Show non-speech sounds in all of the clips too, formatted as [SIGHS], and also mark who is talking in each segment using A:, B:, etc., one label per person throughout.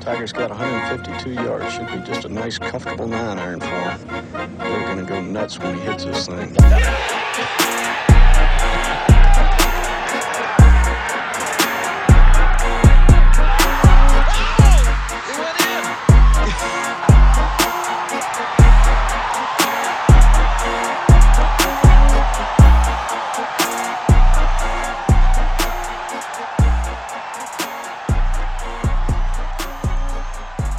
A: Tiger's got 152 yards. Should be just a nice, comfortable nine iron for him. They're going to go nuts when he hits this thing.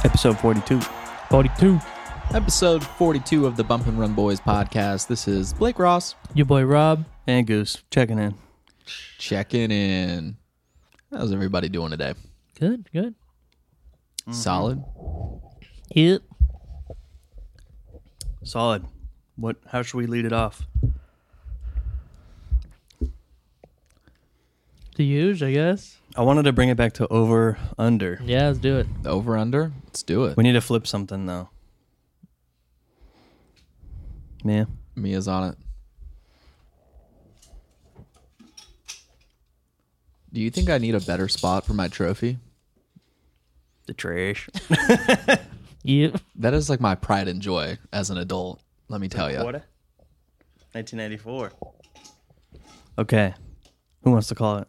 B: Episode 42.
C: 42.
D: Episode 42 of the Bump and Run Boys podcast. This is Blake Ross
C: Your boy Rob.
B: And Goose checking in.
D: checking in. How's everybody doing today?
C: Good, good.
D: Solid.
C: Yep.
B: Solid. What? How should we lead it off?
C: The huge, I guess.
B: I wanted to bring it back to over under.
C: Yeah, let's do it.
D: Over under. Let's do it.
B: We need to flip something though. Yeah.
D: Mia's on it. Do you think I need a better spot for my trophy?
B: The trash.
C: Yep.
D: That is like my pride and joy as an adult. Let me tell you.
B: 1994. Okay. Who wants to call it?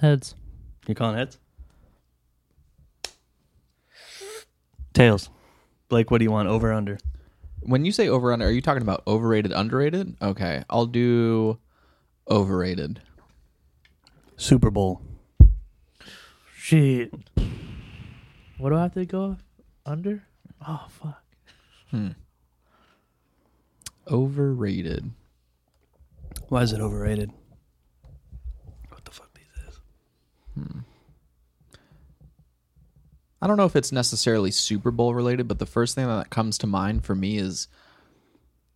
C: Heads.
B: You calling heads? Tails. Blake, what do you want? Over under.
D: When you say over under, are you talking about overrated, underrated? Okay, I'll do overrated.
B: Super Bowl.
C: Shit. What do I have to go under? Oh, fuck.
D: Overrated.
B: Why is it overrated? What the fuck these is?
D: I don't know if it's necessarily Super Bowl related, but the first thing that comes to mind for me is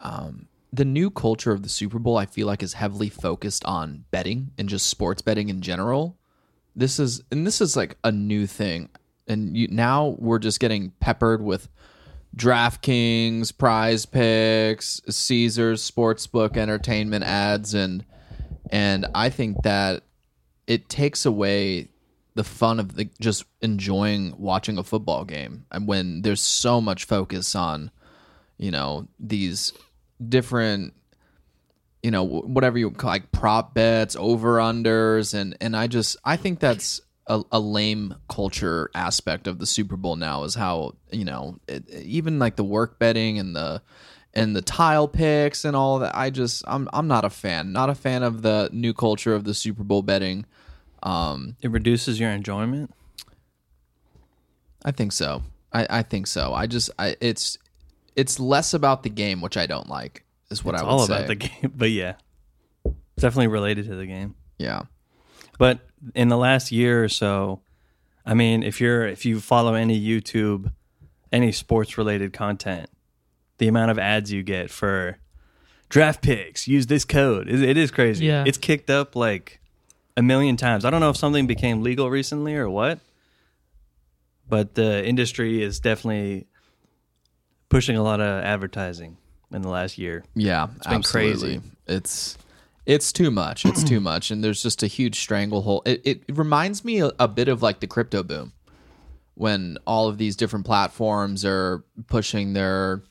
D: um, the new culture of the Super Bowl. I feel like is heavily focused on betting and just sports betting in general. This is and this is like a new thing, and you, now we're just getting peppered with DraftKings, Prize Picks, Caesars Sportsbook, entertainment ads, and and I think that it takes away the fun of the just enjoying watching a football game and when there's so much focus on you know these different you know wh- whatever you call like prop bets over unders and and i just i think that's a, a lame culture aspect of the super bowl now is how you know it, even like the work betting and the and the tile picks and all that i just i'm i'm not a fan not a fan of the new culture of the super bowl betting um
B: It reduces your enjoyment.
D: I think so. I, I think so. I just I it's it's less about the game, which I don't like. Is what
B: It's
D: I would
B: all
D: say.
B: about the [LAUGHS] game, but yeah, it's definitely related to the game.
D: yeah.
B: But in the last year or so, I mean, if you're if you follow any YouTube, any sports related content, the amount of ads you get for draft picks, use this code. It, it is crazy.
C: Yeah.
B: It's kicked up like a million times. I don't know if something became legal recently or what, but the industry is definitely pushing a lot of advertising in the last year.
D: Yeah,
B: been
D: absolutely.
B: crazy.
D: It's it's too much. It's too [CLEARS THROAT] much, and there's just a huge stranglehold. It, it reminds me a, a bit of like the crypto boom, when all of these different platforms are pushing their,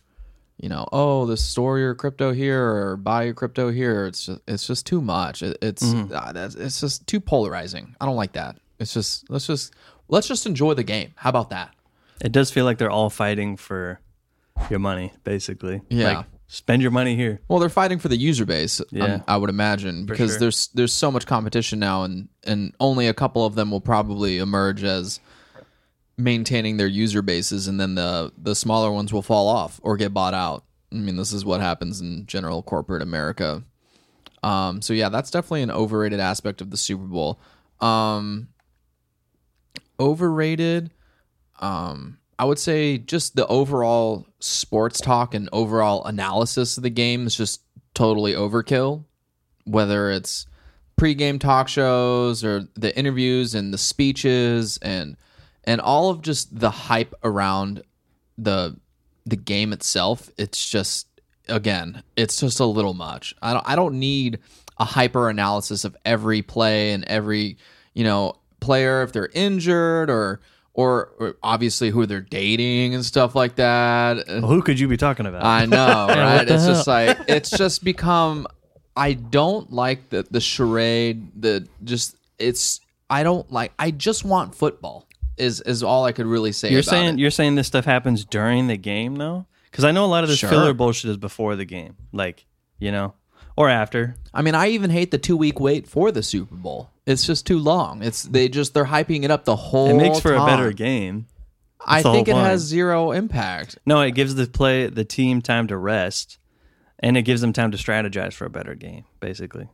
D: you know, oh, this store your crypto here or buy your crypto here. It's just, it's just too much. It, it's
B: Mm-hmm.
D: ah, that's it's just too polarizing. I don't like that. It's just let's just let's just enjoy the game. How about that?
B: It does feel like they're all fighting for your money, basically.
D: Yeah.
B: Like, spend your money here.
D: Well, they're fighting for the user base. um,
B: Yeah.
D: I would imagine because
B: sure.
D: there's there's so much competition now, and and only a couple of them will probably emerge as maintaining their user bases, and then the the smaller ones will fall off or get bought out. I mean, this is what happens in general corporate America. Um, so yeah, that's definitely an overrated aspect of the Super Bowl. Um, overrated. Um, I would say just the overall sports talk and overall analysis of the game is just totally overkill. Whether it's pregame talk shows or the interviews and the speeches and and all of just the hype around the the game itself, it's just again, it's just a little much. I don't I don't need a hyper analysis of every play and every you know player if they're injured or or, or obviously who they're dating and stuff like that. And-
B: Well, who could you be talking about? [LAUGHS]
D: I know, right?
C: the
D: It's just like it's just become. I don't like the the charade. The just it's. I don't like. I just want football. Is is all I could really say.
B: you're
D: about
B: saying
D: it.
B: you're saying this stuff happens during the game though, because I know a lot of this
D: Sure.
B: filler bullshit is before the game, like you know, or after.
D: I mean, I even hate the two week wait for the Super Bowl. It's just too long. It's they just they're hyping it up the whole.
B: It makes for a better
D: time.
B: game.
D: I
B: That's the
D: think it
B: whole
D: has
B: point.
D: zero impact.
B: No, it gives the play the team time to rest, and it gives them time to strategize for a better game, basically.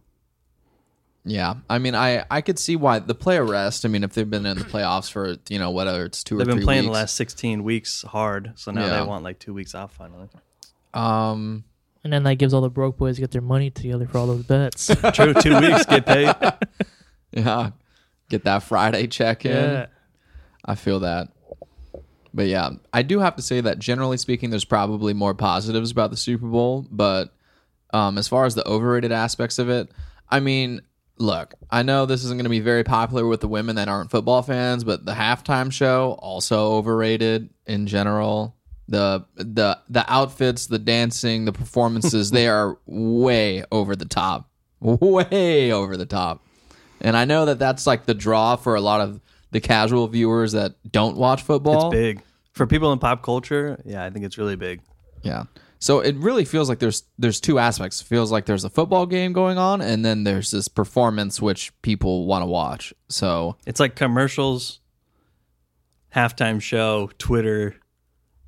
D: Yeah, I mean, I I could see why the player rest. I mean, if they've been in the playoffs for you know whether it's two
B: They've
D: or three
B: been playing
D: weeks.
B: the last 16 weeks hard, so now
D: Yeah.
B: they want like two weeks off finally.
D: Um,
C: And then that gives all the broke boys get their money together for all those [LAUGHS] bets.
B: True,
D: [LAUGHS]
B: two weeks get paid.
D: yeah, get that Friday check in.
C: yeah.
D: I feel that. But yeah, I do have to say that generally speaking, there's probably more positives about the Super Bowl. But um, as far as the overrated aspects of it, I mean, look, I know this isn't going to be very popular with the women that aren't football fans, but the halftime show also overrated in general. The the the outfits, the dancing, the performances, they are way over the top, way over the top. And I know that that's like the draw for a lot of the casual viewers that don't watch football.
B: It's big for people in pop culture. Yeah, I think it's really big.
D: Yeah. So it really feels like there's there's two aspects. It feels like there's a football game going on and then there's this performance which people want to watch. So
B: It's like commercials, halftime show, Twitter,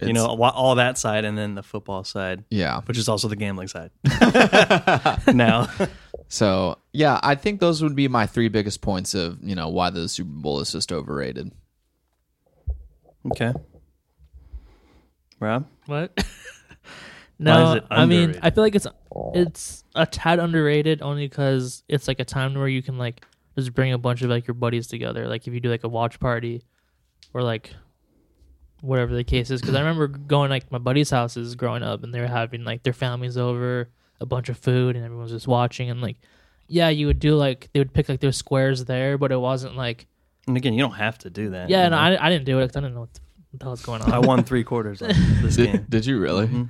B: you know, wa- all that side, and then the football side,
D: yeah.
B: which is also the gambling side. [LAUGHS] now, [LAUGHS]
D: So yeah, I think those would be my three biggest points of, you know, why the Super Bowl is just overrated.
B: okay, Rob.
C: What? [LAUGHS] no,
B: is it
C: I mean,
B: underrated?
C: I feel like it's it's a tad underrated only because it's like a time where you can like just bring a bunch of like your buddies together. Like if you do like a watch party or like whatever the case is. Because I remember going like my buddies' houses growing up and they were having like their families over, a bunch of food, and everyone's just watching. And like, yeah, you would do like they would pick like their squares there, but it wasn't like
B: And again, you don't have to do that.
C: yeah.
B: you
C: And
B: know?
C: I I didn't do it 'cause I didn't know what the, what the hell was going on.
B: Mm-hmm. I won three quarters
C: [LAUGHS]
B: of this game.
D: Did you really?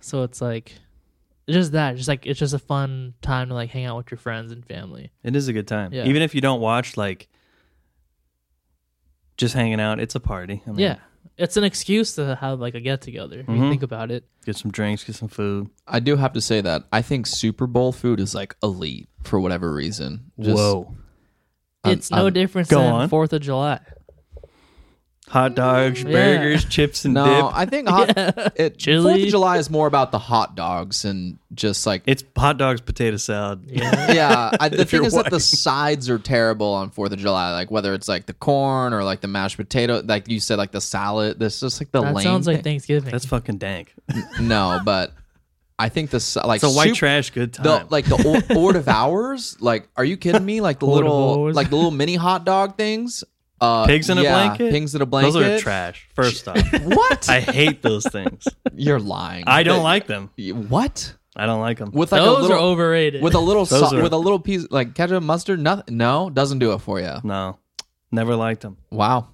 C: So it's like it's just that, just like it's just a fun time to like hang out with your friends and family.
B: It is a good time,
C: Yeah.
B: even if you don't watch. Like, just hanging out. It's a party. I mean,
C: Yeah. It's an excuse to have like a get together. If
D: Mm-hmm.
C: you think about it.
B: Get some drinks. Get some food.
D: I do have to say that I think Super Bowl food is like elite for whatever reason. Just-
B: Whoa.
D: I'm-
C: it's no
D: I'm-
C: different
B: go
C: than
B: on.
C: Fourth of July.
B: Hot dogs, burgers, chips, and
D: No,
B: dip.
D: I think hot, it,
C: Chili.
D: Fourth of July is more about the hot dogs and just like
B: It's hot dogs, potato salad.
D: yeah. I, the thing
B: you're
D: is that the sides are terrible on Fourth of July. Like whether it's like the corn or like the mashed potato, like you said, like the salad. This just like the
C: That
D: lame.
C: sounds like
D: thing.
B: [LAUGHS]
C: Thanksgiving.
B: That's fucking dank.
D: no, but I think the s- like
B: It's a white
D: soup-
B: trash good
D: The,
B: time.
D: like the hors,
B: [LAUGHS]
D: hors d'oeuvres, like are you kidding me? Like the
C: Hors
D: little,
C: d'oeuvres.
D: like the little mini hot dog things. Uh,
B: pigs in a
D: yeah,
B: blanket.
D: Pigs in a blanket.
B: Those are trash.
D: [LAUGHS]
B: First off,
D: What?
B: I hate those things.
D: You're lying.
B: I don't like them.
D: What?
B: I don't like them.
D: With like
C: Those
D: a little
C: are overrated.
D: with a little
B: Those
D: sau-
B: are-
D: with a little piece like ketchup mustard nothing no doesn't do it for you
B: no, never liked them.
D: wow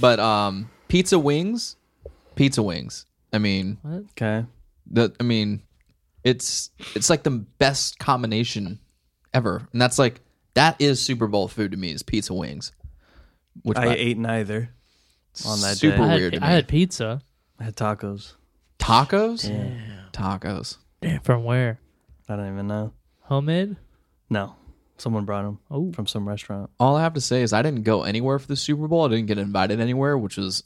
D: but um pizza wings pizza wings i mean
B: Okay,
D: the i mean it's it's like the best combination ever and that's like that is super bowl food to me is pizza wings which
B: I
D: by-
B: ate neither. on that
D: super
B: day.
C: [LAUGHS] I,
D: weird
C: had,
D: to
C: I
D: me.
C: had pizza.
B: I had tacos.
D: tacos tacos
C: Damn, from where?
B: I don't even know.
C: Homemade?
B: No, someone brought them
C: Oh.
B: from some restaurant.
D: all i have to say is i didn't go anywhere for the super bowl i didn't get invited anywhere which was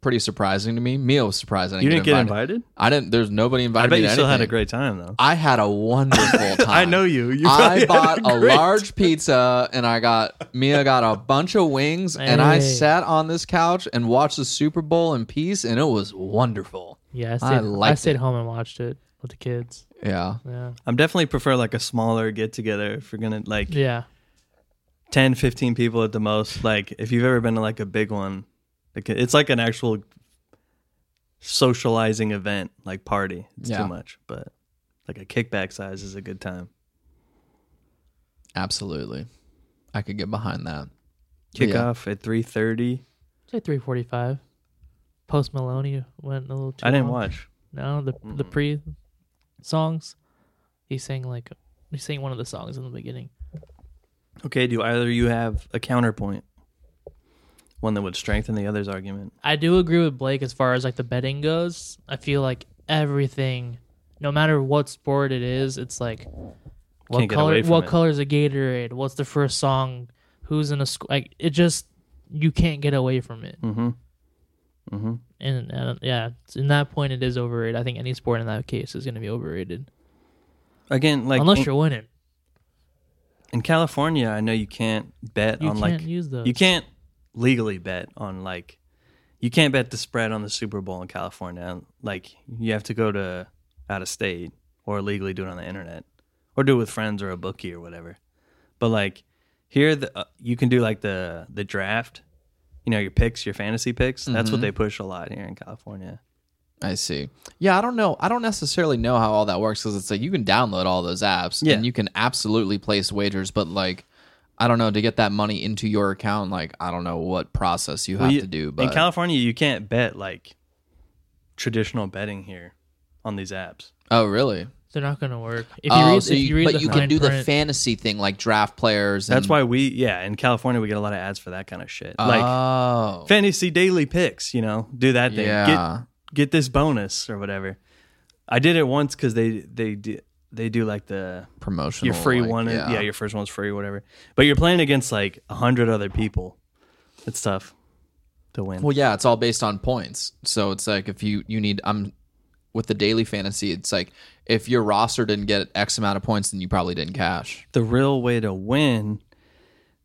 D: pretty surprising to me mia was surprised I didn't
B: You didn't get
D: invited.
B: invited.
D: I didn't. There's nobody
B: I
D: invited.
B: bet
D: me
B: you
D: to
B: still had a
D: anything.
B: great time though.
D: I had a wonderful time.
B: [LAUGHS] I know you. You probably
D: I
B: had
D: bought a,
B: great-
D: large pizza, and I got Mia got a bunch of wings, and I
C: Hey.
D: sat on this couch and watched the Super Bowl in peace, and it was wonderful.
C: Yeah, I
D: I
C: stayed, I
D: liked
C: stayed
D: it.
C: home and watched it with the kids.
D: Yeah,
C: Yeah.
B: I'm definitely prefer like a smaller get together if we're gonna like
C: Yeah.
B: 10 15 people at the most like if you've ever been to like a big one like, it's like an actual socializing event like party it's
D: Yeah.
B: too much but like a kickback size is a good time
D: absolutely. I could get behind that. Yeah.
B: Kickoff at three thirty.
C: Say three forty five. Post Maloney went a little. Too
B: I didn't
C: long.
B: watch.
C: No, the the pre songs. He sang like he sang one of the songs in the beginning.
B: Okay, do either of you have a counterpoint? One that would strengthen the other's argument.
C: I do agree with Blake as far as like the betting goes. I feel like everything, no matter what sport it is, it's like what
B: Can't get
C: color
B: away from
C: what
B: it.
C: color is a Gatorade? What's the first song? Who's in a school? Like it just you can't get away from it.
B: Mm-hmm. Mm-hmm.
C: And uh, yeah, in that point, it is overrated. I think any sport in that case is going to be overrated
B: Again, like
C: unless
B: in,
C: you're winning.
B: in California, I know you can't bet
C: You
B: on
C: can't
B: like
C: use those.
B: you can't legally bet on like you can't bet the spread on the Super Bowl in California. Like you have to go to out of state or legally do it on the internet or do it with friends or a bookie or whatever. But like here, the, uh, you can do like the the draft. You know your picks, your fantasy picks. That's
D: Mm-hmm.
B: what they push a lot here in California.
D: I see. Yeah, I don't know. I don't necessarily know how all that works because it's like you can download all those apps
B: Yeah.
D: and you can absolutely place wagers, but like, I don't know to get that money into your account. Like, I don't know what process you have
B: Well, you-
D: to do,
B: in
D: but
B: California, you can't bet like traditional betting here on these apps.
D: oh, really?
C: They're not going to work. If you
D: oh,
C: read,
D: so
C: if
D: you,
C: you read
D: but
C: the
D: you can
C: fine
D: do the
C: print-
D: fantasy thing like draft players. And,
B: That's why we, yeah, in California, we get a lot of ads for that kind of
D: Ah,
B: shit. Like
D: oh,
B: fantasy daily picks, you know, do that thing.
D: yeah.
B: Get, get this bonus or whatever. I did it once because they they do, they do like the
D: Promotional.
B: your free
D: like,
B: one, is- yeah. your first one's free, whatever. But you're playing against like a hundred other people. It's tough to win.
D: Well, yeah, it's all based on points. So it's like if you you need I'm with the daily fantasy, it's like if your roster didn't get X amount of points, then you probably didn't cash.
B: the real way to win,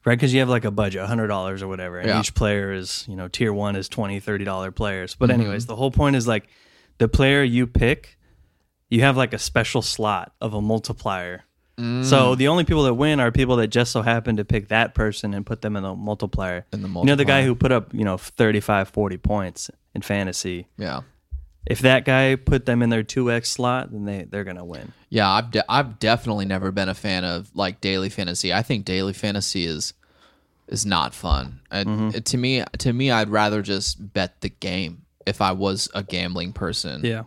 B: right? Because you have like a budget, hundred dollars or whatever, and
D: Yeah.
B: each player is, you know, tier one is 20 30 dollar players.
D: Mm-hmm.
B: But anyways, the whole point is like the player you pick, you have like a special slot of a multiplier. So
D: Mm.
B: the only people that win are people that just so happen to pick that person and put them in the multiplier.
D: In the
B: You know the guy
D: multiplier.
B: who put up, you know, 35 40 points in fantasy.
D: Yeah.
B: If that guy put them in their 2x slot, then they they're going to win.
D: Yeah, I've de- I've definitely never been a fan of like daily fantasy. I think daily fantasy is is not fun. I,
B: Mm-hmm.
D: To me, to me, I'd rather just bet the game if I was a gambling person.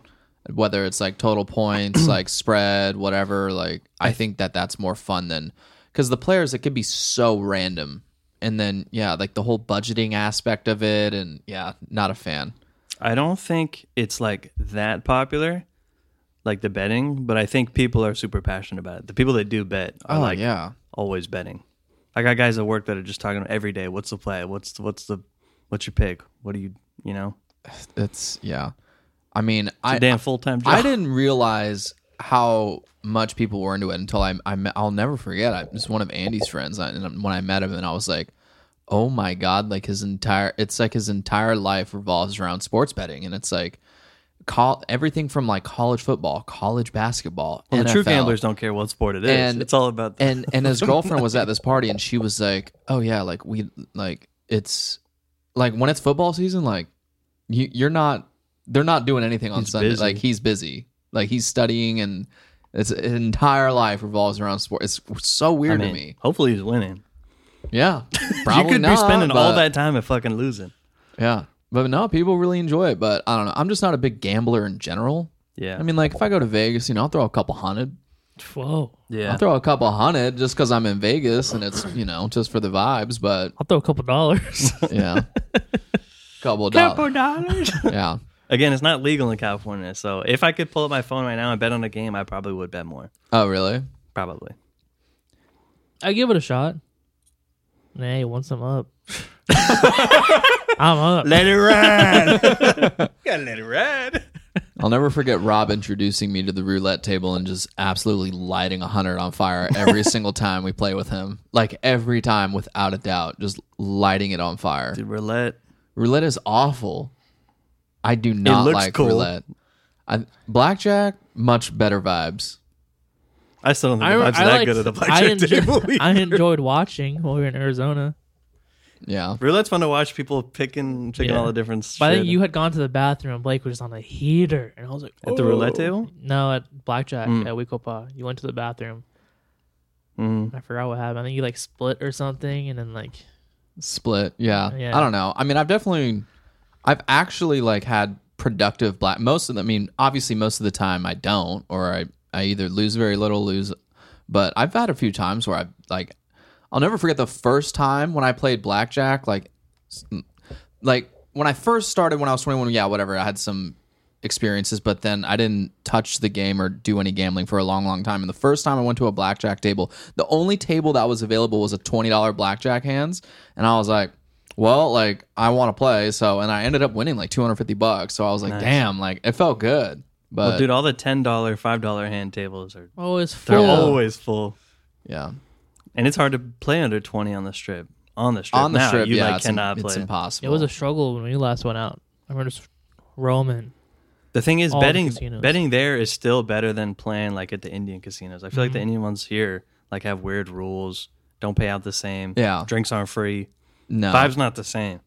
D: whether it's like total [CLEARS THROAT] points, like spread, whatever. Like I think that that's more fun than because the players it could be so random, and then yeah, like the whole budgeting aspect of it, and yeah, not a fan.
B: I don't think it's like that popular, like the betting, but I think people are super passionate about it. The people that do bet are
D: Oh,
B: like
D: yeah.
B: always betting. I got guys at work that are just talking every day. What's the play? What's the, what's the what's your pick? What do you you know?
D: It's yeah. I mean, I
B: Damn full time job. [LAUGHS]
D: I didn't realize how much people were into it until I, I met- I'll never forget. I was one of Andy's friends, I- and when I met him, and I was like, "Oh my god!" Like his entire, it's like his entire life revolves around sports betting, and it's like, call everything from like college football, college basketball,
B: well, the true
D: NFL.
B: gamblers don't care what sport it is.
D: And-
B: it's all about the,
D: and
B: [LAUGHS]
D: and his girlfriend was at this party, and she was like, "Oh yeah, like we like it's like when it's football season, like you you're not they're not doing anything on
B: He's
D: Sunday.
B: busy.
D: Like he's busy, like he's studying, and it's his entire life revolves around sport. It's so
B: I
D: weird
B: mean,
D: to me.
B: hopefully he's winning.
D: Yeah,
B: [LAUGHS]
D: probably
B: you could
D: not,
B: be spending all
D: but-
B: that time at fucking losing.
D: Yeah, but no, people really enjoy it. But I don't know. I'm just not a big gambler in general.
B: Yeah.
D: I mean, like if I go to Vegas, you know, I'll throw a couple hundred.
C: Whoa!
B: yeah.
D: I'll throw a couple hundred just because I'm in Vegas and it's you know just for the vibes. But
C: I'll throw a couple dollars. [LAUGHS]
D: Yeah. [LAUGHS] Couple of dollars.
C: dollars.
D: [LAUGHS] Yeah.
B: Again, it's not legal in California, so if I could pull up my phone right now and bet on a game, I probably would bet more.
D: Oh, really?
B: Probably.
C: I give it a shot. Hey, once I'm up, [LAUGHS] I'm up.
B: Let it ride. Gotta let it ride.
D: I'll never forget Rob introducing me to the roulette table and just absolutely lighting a hundred on fire
B: [LAUGHS]
D: every single time we play with him. Like every time, without a doubt, just lighting it on fire.
B: Dude, roulette.
D: Roulette is awful. I do not
B: looks
D: like
B: cool.
D: roulette. I, blackjack, much better vibes.
B: I still don't think
C: I,
B: I, the vibes
C: I
B: that
C: liked-
B: good at the
C: I,
B: blackjack
C: enjoy-
B: table.
C: [LAUGHS] I enjoyed watching while we were in Arizona.
D: Yeah.
B: Roulette's fun to watch people picking picking
C: Yeah.
B: all the different shit.
C: But I think you had gone to the bathroom and Blake was just on the heater, and I was like, "Oh,
B: at the
D: Oh.
B: roulette table?
C: No, at blackjack at Weekopa, you went to the bathroom.
B: Mm.
C: I forgot what happened. I think you like split or something, and then like
D: Split. Yeah.
C: Yeah.
D: I don't know. I mean, I've definitely, I've actually like had productive black. Most of the, I mean, obviously most of the time I don't, or I, I either lose very little, lose, but I've had a few times where I've like, I'll never forget the first time when I played blackjack, like, s- like when I first started when I was 21, yeah, whatever. I had some experiences, but then I didn't touch the game or do any gambling for a long, long time. And the first time I went to a blackjack table, the only table that was available was a $20 blackjack hands. And I was like, well, like I want to play. So, and I ended up winning like 250 bucks. So I was like, damn, like it felt good. But
B: Well, dude, all the ten dollar, five dollar hand tables are
C: Oh, it's
B: they're
C: full.
B: always full,
D: yeah,
B: and it's hard to play under twenty on the strip. On the strip,
D: on the
B: now,
D: strip,
B: you
D: yeah,
B: like
D: it's,
B: cannot
D: it's
B: play.
D: impossible.
C: It was a struggle when we last went out. I remember just roaming.
B: The thing is,
C: all the
B: betting
C: casinos.
B: betting there is still better than playing like at the Indian casinos. I feel
C: Mm-hmm.
B: like the Indian ones here like have weird rules, don't pay out the same.
D: Yeah.
B: drinks aren't free.
D: no.
B: Vibe's not the same.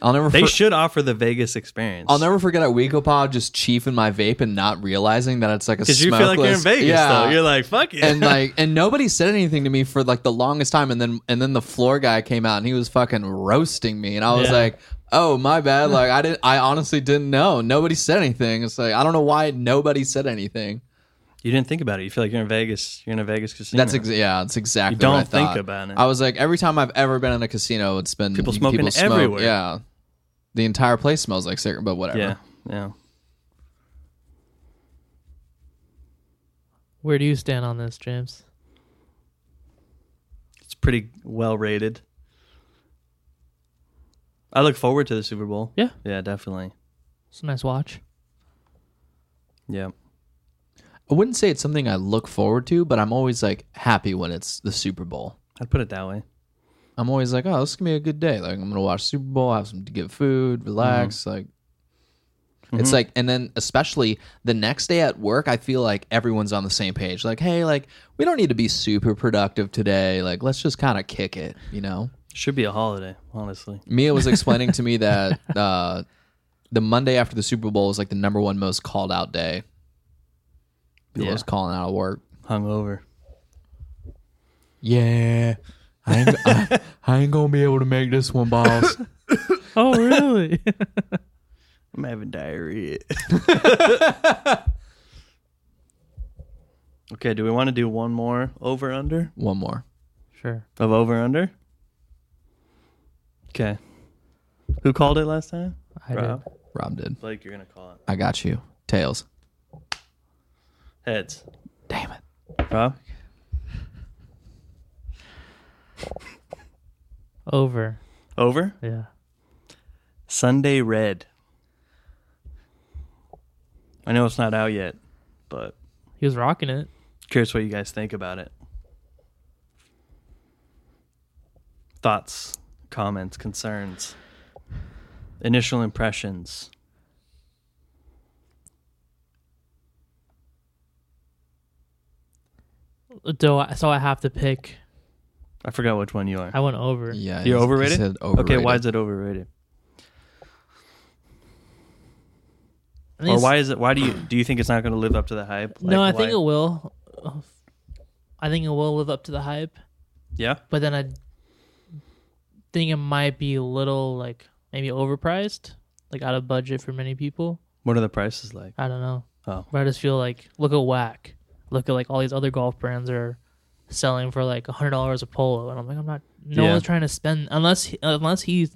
D: I'll never.
B: They
D: for-
B: should offer the Vegas experience.
D: I'll never forget at WecoPod just chiefing my vape and not realizing that it's like a
B: because
D: smokeless.
B: you feel like you're in Vegas
D: yeah.
B: though. You're like fuck it.
D: and like and nobody said anything to me for like the longest time and then and then the floor guy came out and he was fucking roasting me and I was
C: Yeah.
D: like oh my bad like I didn't I honestly didn't know nobody said anything it's like I don't know why nobody said anything
B: you didn't think about it. You feel like you're in Vegas. You're in a Vegas casino.
D: that's ex- yeah that's exactly
B: You don't
D: what I
B: think
D: thought.
B: about it.
D: I was like every time I've ever been in a casino it's been
B: People smoking everywhere.
D: yeah the entire place smells like cigarette but whatever
B: yeah, yeah.
C: Where do you stand on this, James?
B: It's pretty well rated. I look forward to the Super Bowl.
C: Yeah.
B: Yeah, definitely.
C: It's a nice watch.
B: Yeah.
D: I wouldn't say it's something I look forward to but I'm always like happy when it's the Super Bowl
B: I'd put it that way.
D: I'm always like, oh, this is gonna be a good day. Like I'm gonna watch Super Bowl, have some to get food, relax. Like it's like, and then especially the next day at work, I feel like everyone's on the same page. Like, hey, like we don't need to be super productive today. Like let's just kind of kick it, you know.
B: Should be a holiday, honestly.
D: Mia was explaining to me that uh, the Monday after the Super Bowl is like the number one most called out day. People
B: Yeah.
D: was calling out of work.
B: Hungover.
D: Yeah, I ain't, [LAUGHS] I, I ain't gonna be able to make this one, boss. [LAUGHS]
C: Oh, really?
B: I'm having diarrhea. [LAUGHS] okay, do we want to do one more over under
D: one more.
C: [LAUGHS] sure.
B: of over under? Okay. Who called it last time?
C: I did.
B: Rob?
D: Rob did.
B: Blake, you're going to call it.
D: I got you. Tails.
B: Heads.
D: Damn it.
B: Rob?
C: Over.
B: Over?
C: Yeah.
B: Sunday Red. I know it's not out yet, but
C: He was rocking it.
B: curious what you guys think about it. Thoughts, comments, concerns, initial impressions.
C: Do I, so I have to pick.
B: I forgot which one you are.
C: I went over.
D: Yeah.
B: You're
D: he- he
B: overrated?
D: said overrated?
B: Okay, why is it overrated?
C: I think
B: Or
C: it's-
B: why is it? Why do you do you think it's not going to live up to the hype?
C: no, I
B: Like,
C: think
B: why-
C: it will. I think it will live up to the hype,
B: yeah.
C: but then I think it might be a little like maybe overpriced, like out of budget for many people.
B: What are the prices like?
C: I don't know.
B: Oh,
C: But I just feel like look at whack. Look at like all these other golf brands are selling for like hundred dollars a polo, and I'm like, I'm not. No
B: Yeah.
C: one's trying to spend unless he- unless he,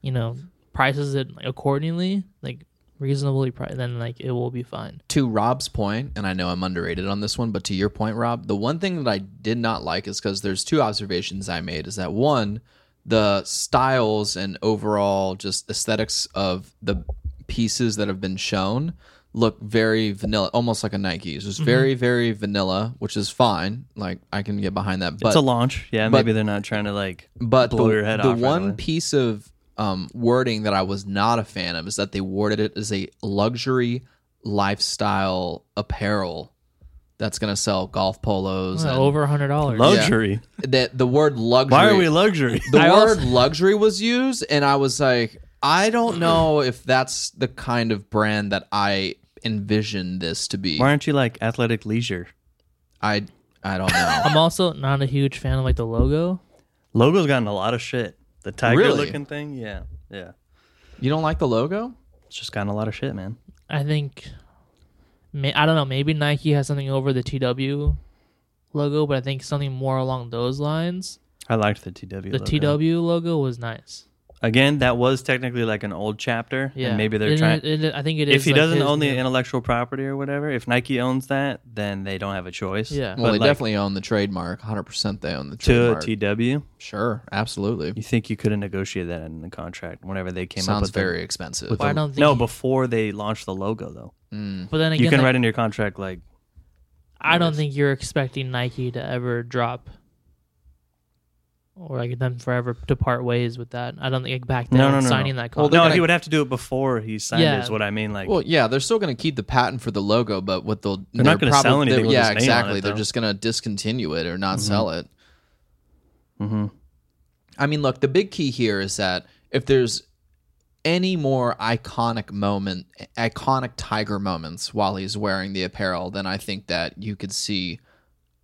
C: you know, prices it accordingly, like reasonably priced. Then like it will be fine.
D: To Rob's point, and I know I'm underrated on this one, but to your point, Rob, the one thing that I did not like is because there's two observations I made is that one, the styles and overall just aesthetics of the pieces that have been shown look very vanilla, almost like a Nike's.
B: Mm-hmm.
D: Just very, very vanilla, which is fine. Like I can get behind that. But
B: it's a launch. Yeah,
D: but-
B: maybe they're not trying to like
D: but
B: blow
D: the,
B: your head
D: the
B: off. right
D: one
B: away.
D: piece of um, wording that I was not a fan of is that they worded it as a luxury lifestyle apparel that's going to sell golf polos.
C: Uh,
D: and
C: over hundred dollars.
B: luxury.
D: that the word luxury.
B: Why are we luxury? [LAUGHS]
D: the
C: I
D: word
C: also-
D: luxury was used, and I was like,
B: [CLEARS THROAT]
D: I don't know if that's the kind of brand that I envision this to be.
B: Why aren't you like athletic leisure?
D: I I don't know.
B: [LAUGHS]
C: I'm also not a huge fan of like the logo.
B: Logo's gotten a lot of shit. the tiger
D: Really?
B: looking thing. Yeah, yeah.
D: You don't like the logo?
B: It's just gotten a lot of shit, man.
C: I think, may, I don't know. Maybe Nike has something over the TW logo, but I think something more along those lines.
B: I liked the TW.
C: The
B: logo.
C: TW logo was nice.
B: again. That was technically like an old chapter.
C: Yeah,
B: and maybe they're
C: And
B: trying.
C: it- it- I think it is.
B: if he
C: like,
B: doesn't
C: his
B: own the
C: new-
B: intellectual property or whatever, if Nike owns that, then they don't have a choice.
D: Well,
C: Yeah.
B: But,
D: they
B: like,
D: definitely own the trademark. 100% they own the
B: to
D: trademark.
B: TW.
D: sure, absolutely.
B: You think you could have negotiated that in the contract whenever they came up
D: Sounds
B: with the-
D: very expensive.
C: But I don't think
B: no,
C: he-
B: before they launched the logo though.
C: but then again,
B: you can
C: like,
B: write in your contract like
C: I don't think you're expecting Nike to ever drop or like them forever to part ways with that. I don't think like back then
B: no, no, no,
C: signing
B: no.
C: that
D: Well,
C: contract.
B: No,
D: gonna-
B: he would have to do it before he signed.
C: Yeah.
B: it, Is what I mean. Like
D: Well, yeah, they're still going to keep the patent for the logo, but what they'll
B: They're not gonna sell
D: probably-
B: anything
D: they're-
B: with
D: Yeah,
B: his name on
D: exactly.
B: it,
D: they're
B: though.
D: just going to discontinue it or not sell it. Mm-hmm. I mean, look, the big key here is that if there's any more iconic moment, iconic Tiger moments while he's wearing the apparel, then I think that you could see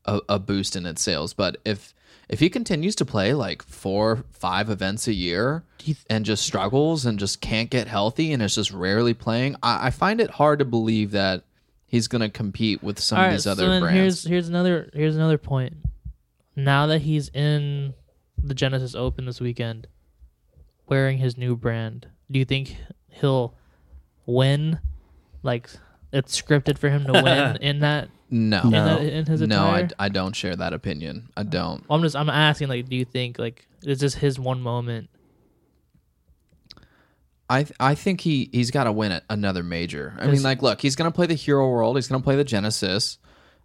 D: a, a boost in its sales. But if if he continues to play like four, five events a year and just struggles and just can't get healthy and is just rarely playing, I, I find it hard to believe that he's going to compete with some of these other
C: so then
D: brands.
C: here's here's another here's another point. Now that he's in the Genesis Open this weekend, wearing his new brand, do you think he'll win? Like it's scripted for him to
B: [LAUGHS]
C: win in that.
D: no,
C: that- in his
D: no, I,
C: attire?
D: I don't share that opinion. I don't.
C: I'm just I'm asking like, do you think like is this his one moment?
D: I th- I think he he's got to win it another major. I mean,
C: Is-
D: like, look, he's gonna play the Hero World, he's gonna play the Genesis,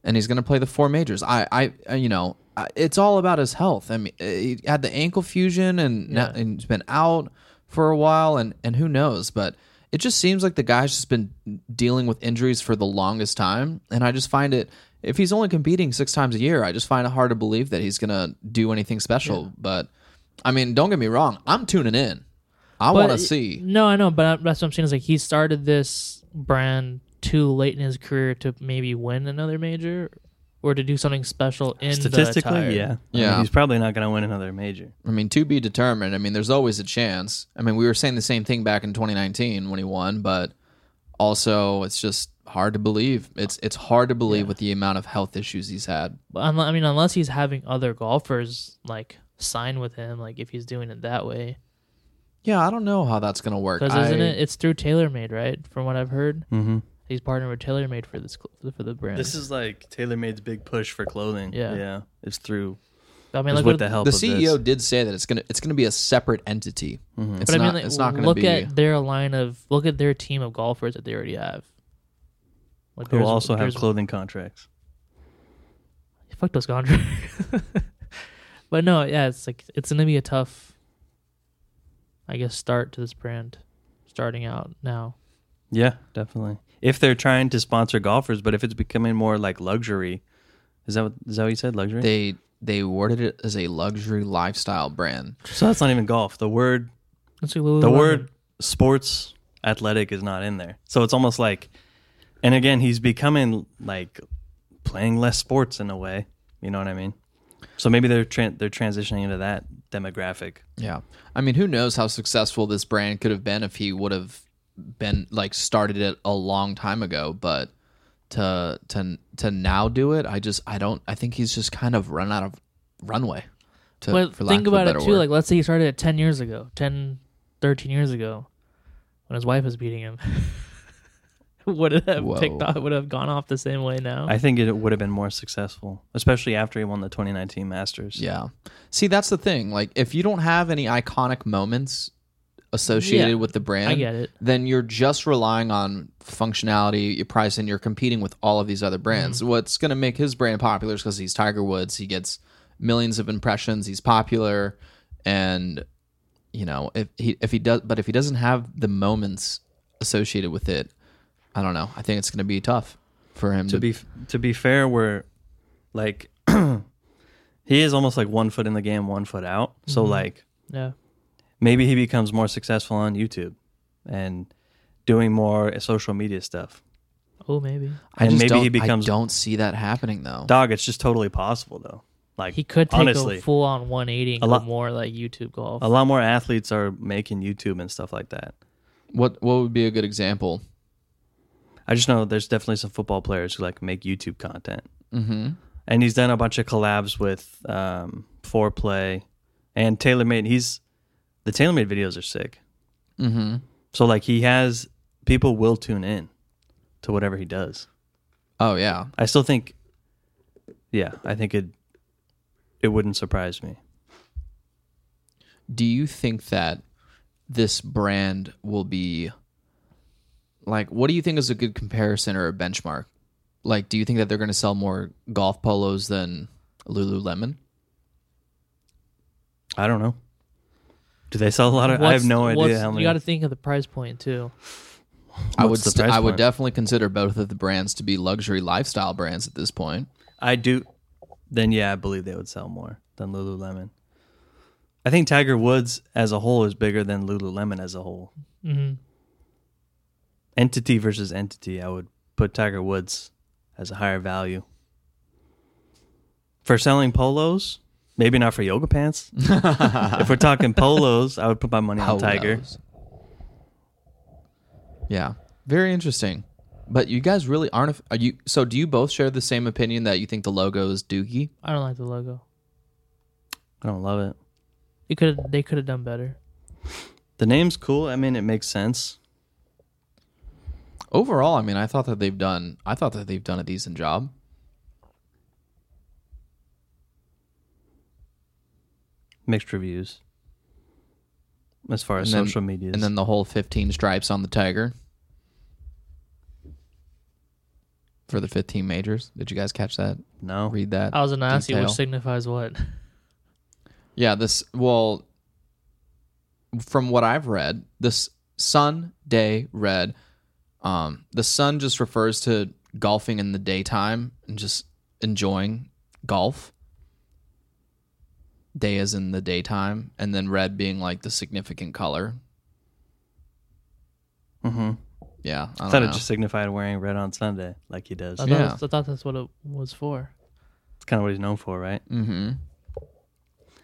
D: and he's gonna play the four majors. I I uh, you know, I, it's all about his health. I mean, uh, he had the ankle fusion and now, and he's been out for a while, and and who knows, but. It just seems like the guy's just been dealing with injuries for the longest time, and I just find it. If he's only competing six times a year, I just find it hard to believe that he's gonna do anything special. But, I mean, don't get me wrong, I'm tuning in. I
C: But-
D: want to see.
C: No, I know, but I- that's what I'm saying is like he started this brand too late in his career to maybe win another major or to do something special in the attire.
B: statistically, yeah, I mean,
D: Yeah.
B: he's probably not going to win another major.
D: I mean, to be determined. I mean, there's always a chance. I mean, we were saying the same thing back in 2019 when he won, but also it's just hard to believe. It's it's hard to believe with the amount of health issues he's had.
C: But unle- I mean, unless he's having other golfers like sign with him, like if he's doing it that way,
D: Yeah, I don't know how that's gonna work.
C: because
D: I-
C: isn't it? It's through TaylorMade, right? From what I've heard, mm-hmm. he's partnered with TaylorMade for this cl- for the brand.
B: This is like TaylorMade's big push for clothing.
C: Yeah.
B: yeah, it's through.
C: I mean,
B: It's
C: look
B: with
C: what
B: the help
D: The
B: of this.
C: E
D: CEO E did say that it's gonna it's gonna be a separate entity. It's
C: But
D: not
C: I mean, like,
D: it's not gonna
C: look
D: be.
C: at their line of look at their team of golfers that they already have. Like,
B: who
C: there's-
B: also have
C: there's-
B: clothing contracts.
C: fuck those contracts. [LAUGHS] but no, yeah, it's like it's gonna be a tough, I guess, start to this brand, starting out now.
B: Yeah, definitely. If they're trying to sponsor golfers, but if it's becoming more like luxury, is that what, is that what you said? Luxury.
D: they they worded it as a luxury lifestyle brand.
B: so that's not even golf. The word
C: Let's see,
B: the
C: Lululemon.
B: word sports athletic is not in there. So it's almost like, and again, he's becoming like playing less sports in a way. You know what I mean? So maybe they're tran they're transitioning into that demographic.
D: Yeah. I mean, who knows how successful this brand could have been if he would have been like started it a long time ago, but to to to now do it, I just I don't I think he's just kind of run out of runway. To,
C: But
D: for lack
C: think
D: of a
C: about it
D: better
C: too.
D: word.
C: Like, let's say he started it ten years ago, 10, 13 years ago, when his wife was beating him. [LAUGHS] would it have
D: Whoa.
C: picked off? Would it have gone off the same way now?
B: I think it would have been more successful, especially after he won the 2019 Masters.
D: Yeah. See, that's the thing. Like, if you don't have any iconic moments associated
C: Yeah,
D: with the brand,
C: I get it.
D: Then you're just relying on functionality, your price, and you're competing with all of these other brands.
C: Mm-hmm.
D: What's going to make his brand popular is because he's Tiger Woods. He gets millions of impressions. He's popular, and you know if he if he does, but if he doesn't have the moments associated with it, I don't know. I think it's going to be tough for him to,
B: to be to be fair, we're like [CLEARS THROAT] he is almost like one foot in the game, one foot out. So like
C: Yeah.
B: maybe he becomes more successful on YouTube and doing more social media stuff.
C: Oh, maybe.
D: I
B: and
D: just
B: maybe
D: don't,
B: he
D: I
B: becomes-
D: don't see that happening though.
B: Dog, it's just totally possible though. Like
C: He could take
B: honestly,
C: a full on 180 and
B: A
C: go
B: lot-
C: more like YouTube golf.
B: a lot more athletes are making YouTube and stuff like that.
D: What what would be a good example?
B: I just know there's definitely some football players who like make YouTube content. Mm-hmm. And he's done a bunch of collabs with um, Foreplay and TaylorMade. He's the TaylorMade videos are sick. Mm-hmm. So like he has people will tune in to whatever he does.
D: Oh yeah,
B: I still think, yeah, I think it it wouldn't surprise me.
D: do you think that this brand will be like what do you think is a good comparison or a benchmark like do you think that they're going to sell more golf polos than lululemon
B: I don't know. Do they sell a lot of? I have
C: What's-
B: no idea
C: what's-
B: how many.
C: You got to think of the price point too.
D: i
B: What's
D: would
B: the
D: st-
B: price
D: i would
B: point?
D: definitely consider both of the brands to be luxury lifestyle brands at this point
B: I do. Then yeah, I believe they would sell more than Lululemon. I think Tiger Woods as a whole is bigger than Lululemon as a whole.
C: Mhm.
B: Entity versus entity, I would put Tiger Woods as a higher value. For selling polos, maybe not for yoga pants. if we're talking polos, I would put my money on
D: Polos.
B: Tiger.
D: yeah very interesting but you guys really aren't are you so do you both share the same opinion that you think the logo is dookie
C: I don't like the logo.
B: I don't love it.
C: It could they could have done better.
B: The name's cool. I mean, it makes sense.
D: overall i mean i thought that they've done i thought that they've done a decent job
B: Mixed reviews as far as
D: And then-
B: social media.
D: and then the whole 15 stripes on the tiger for the 15 majors did you guys catch that
B: no,
D: read that
C: I was an Nazi,
D: detail?
C: which signifies what?
D: yeah this well from what i've read this sun day red um the sun just refers to golfing in the daytime and just enjoying golf day is in the daytime and then red being like the significant color mm-hmm yeah i,
B: I
D: don't
B: thought
D: know.
B: it just signified wearing red on Sunday, like he does.
C: I thought,
D: Yeah.
C: I thought that's what it was for.
B: It's kind of what he's known for, right? Mm-hmm.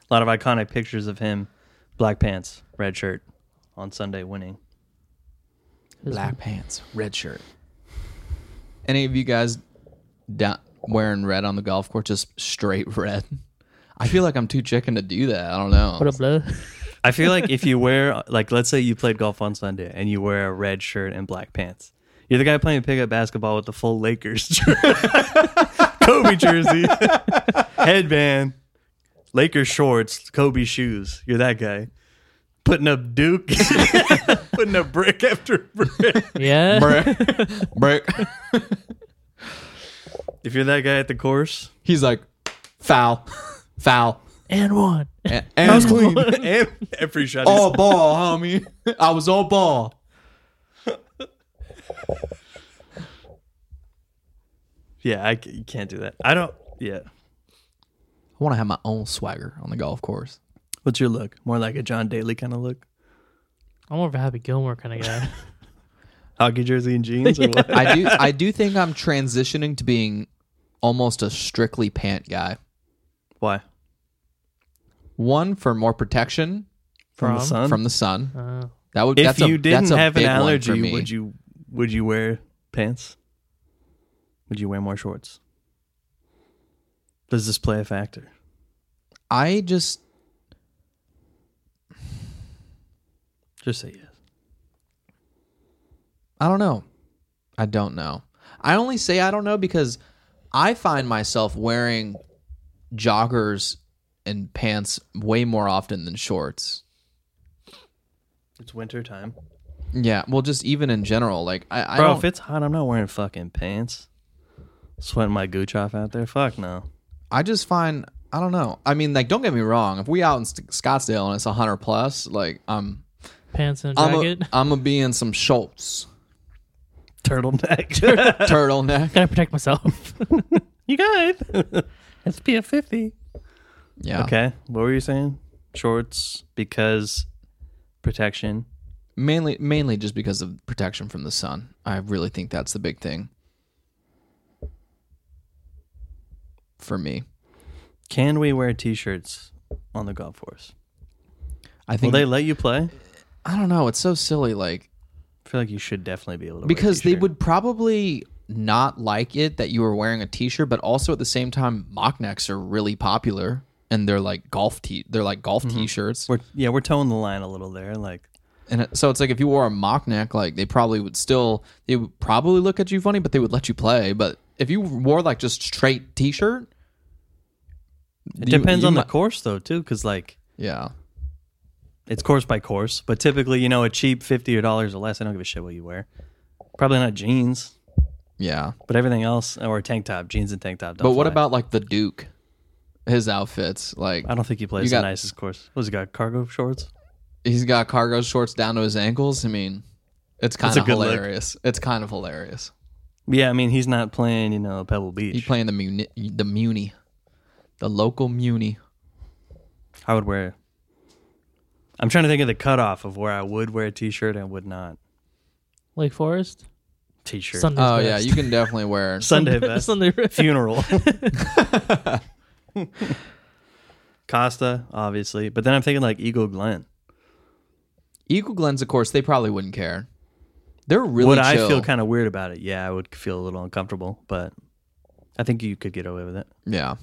B: A lot of iconic pictures of him, black pants, red shirt, on Sunday winning.
D: black pants, red shirt. Any of you guys down, wearing red on the golf course? Just straight red. I feel like I'm too chicken to do that. I don't know.
C: What a blow.
B: I feel like if you wear, like, let's say you played golf on Sunday and you wear a red shirt and black pants, you're the guy playing pickup basketball with the full Lakers [LAUGHS] jer- Kobe [LAUGHS] jersey, headband, Lakers shorts, Kobe shoes. You're that guy. Putting up Duke, [LAUGHS] putting up brick after brick.
C: [LAUGHS]
D: [LAUGHS]
C: yeah.
D: Brick. Brick.
B: If you're that guy at the course,
D: He's like, foul, foul.
C: And one.
D: And, and [LAUGHS] I was clean.
B: and every shot.
D: all ball, homie. [LAUGHS] I was all ball.
B: Yeah, I c- you can't do that. I don't. Yeah.
D: I want to have my own swagger on the golf course.
B: What's your look? More like a John Daly kind of look?
C: I'm more of a Happy Gilmore kind of
D: [LAUGHS]
C: guy.
B: Hockey jersey and [LAUGHS] jeans or what?
D: I do. I do think I'm transitioning to being almost a strictly pant guy.
B: Why?
D: One for more protection
B: From, the
C: From?
B: sun?
D: from the sun.
C: Uh,
D: That would.
B: if
D: that's
B: you
D: a,
B: didn't
D: that's a
B: have an
D: big one for
B: allergy,
D: me.
B: would you would you wear pants? Would you wear more shorts? Does this play a factor?
D: I just
B: Just say yes.
D: I don't know. I don't know. I only say I don't know because I find myself wearing joggers and pants way more often than shorts.
B: It's winter time.
D: Yeah, well, just even in general, like I, I
B: Bro,
D: don't,
B: if it's hot, I'm not wearing fucking pants. Sweating my gooch off out there. Fuck no.
D: I just find I don't know. I mean, like, don't get me wrong. If we out in St- Scottsdale and it's hundred plus, like I'm,
C: pants and a
D: I'm,
C: jacket. [LAUGHS]
D: a, I'm gonna be in some Schultz
B: Turtleneck.
D: [LAUGHS]
B: [LAUGHS]
D: turtleneck.
C: Gotta protect myself.
B: you guys. SPF 50.
D: Yeah.
B: Okay. What were you saying? Shorts because protection.
D: Mainly, mainly just because of protection from the sun. I really think that's the big thing for me.
B: Can we wear T-shirts on the golf course?
D: I
B: Will
D: think
B: they let you play?
D: I don't know. It's so silly. Like
B: I feel like you should definitely be able to.
D: because
B: wear a
D: they
B: t-shirt.
D: would probably not like it that you were wearing a t-shirt but also at the same time mock necks are really popular and they're like golf t they're like golf
B: Mm-hmm.
D: t-shirts
B: We're, yeah, we're towing the line a little there. Like,
D: and it- so it's like if you wore a mock neck like they probably would still they would probably look at you funny but they would let you play but if you wore like just straight t-shirt
B: it
D: you-
B: depends
D: you
B: on the
D: might-
B: course though too, because like
D: yeah
B: it's course by course. But typically, you know, a cheap fifty or dollars or less. I don't give a shit what you wear. Probably not jeans,
D: yeah
B: but everything else or a tank top, jeans and tank top. Don't
D: but what
B: fly.
D: about like the duke his outfits like
B: I don't think he plays
D: You
B: the
D: got-
B: nicest course. What's he got? Cargo shorts.
D: he's got cargo shorts down to his ankles i mean it's kind
B: a
D: of
B: good look.
D: hilarious it's kind of hilarious
B: Yeah, I mean he's not playing. You know, Pebble Beach.
D: He's playing the muni, the muni, the local muni.
B: I would wear. I'm trying to think of the cutoff of where I would wear a t-shirt and would not
C: Lake Forest.
B: t-shirt.
C: Sunday's
D: Oh
B: [LAUGHS]
D: yeah,
C: best.
D: you can definitely wear. [LAUGHS]
B: Sunday best
C: [LAUGHS] Sunday best.
B: funeral. [LAUGHS] Costa, obviously, but then I'm thinking like Eagle Glen.
D: Eagle Glens, of course, they probably wouldn't care. They're really
B: Would I
D: chill.
B: feel kind of weird about it? Yeah, I would feel a little uncomfortable, but I think you could get away with it.
D: yeah,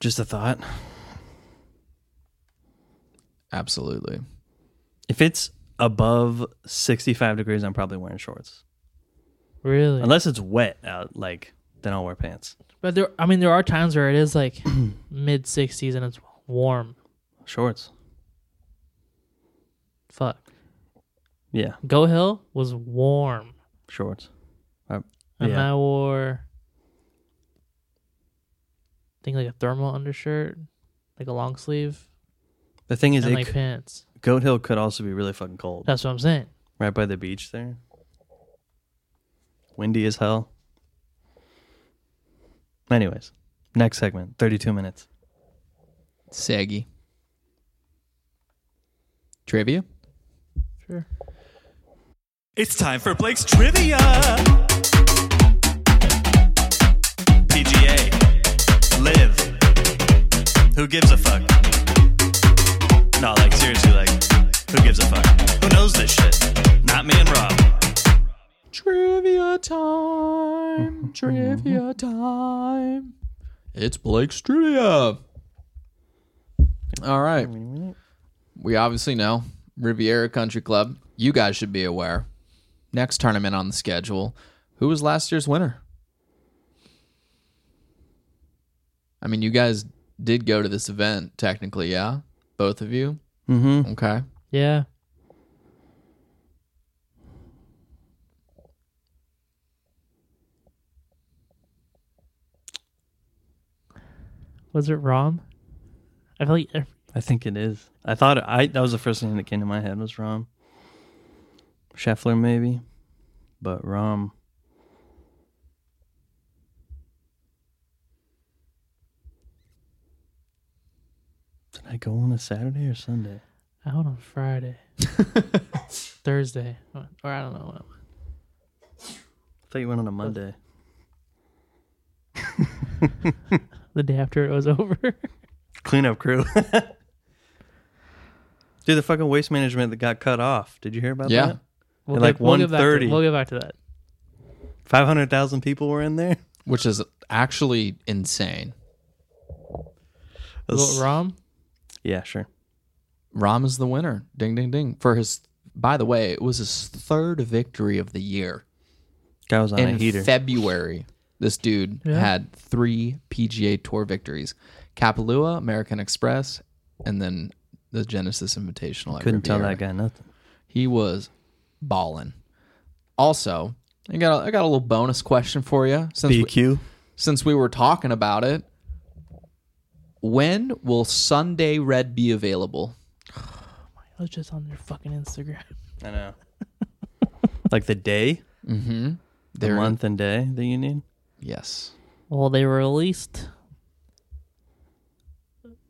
B: Just a thought.
D: absolutely.
B: If it's above 65 degrees, I'm probably wearing shorts.
C: Really?
B: Unless it's wet out, like then I'll wear pants.
C: But there, I mean, there are times where it is like mid sixties and it's warm.
B: Shorts.
C: Fuck.
B: Yeah,
C: Go Hill was warm,
B: shorts. Uh,
C: and
B: yeah.
C: I wore, I think like a thermal undershirt, like a long sleeve,
B: The thing is,
C: and
B: it,
C: like
B: c-
C: pants.
B: Goat Hill could also be really fucking cold.
C: That's what I'm saying.
B: Right by the beach there. Windy as hell. Anyways, next segment, 32 minutes.
D: Saggy. Trivia.
C: Sure.
E: It's time for Blake's trivia. PGA, live. Who gives a fuck? No, like seriously, like who gives a fuck? Who knows this shit? Not me and Rob.
D: Trivia time. trivia time. Mm-hmm. It's Blake's trivia. All right. We obviously know Riviera Country Club. You guys should be aware. Next tournament on the schedule. Who was last year's winner? I mean, you guys did go to this event, technically, yeah? Both of you? Mm-hmm. Okay.
C: Yeah. Was it Rom? I feel like ev-
B: I think it is. I thought I that was the first thing that came to my head was Rom. Scheffler maybe, but Rom. Did I go on a Saturday or Sunday?
C: I went on
D: [LAUGHS]
C: Friday, Thursday, or I don't know. What.
B: I thought you went on a Monday.
C: The day after it was [LAUGHS] over.
B: cleanup crew. [LAUGHS] Dude, the fucking waste management that got cut off. Did you hear about
D: Yeah.
B: that?
C: We'll
B: At like
C: get- we'll get back to-
B: 1:30.
C: We'll get back to that.
B: Five hundred thousand people were in there. [LAUGHS]
D: Which is actually insane.
C: Was it Rom?
B: Yeah, sure.
D: Rom is the winner. Ding, ding, ding. For his, by the way, it was his third victory of the year.
B: Guy was on a
D: in
B: heater.
D: February, this dude had three PGA Tour victories: Kapalua, American Express, and then the Genesis Invitational. at
B: Couldn't tell
D: Riviera.
B: that guy nothing.
D: He was balling. Also, I got a, I got a little bonus question for you since we,
B: BQ.
D: since we were talking about it. When will Sunday Red be available?
C: I was just on their fucking Instagram. [LAUGHS]
B: I know. [LAUGHS] like the day, the
D: They're-
B: month, and day that you need.
D: Yes.
C: Well, they released,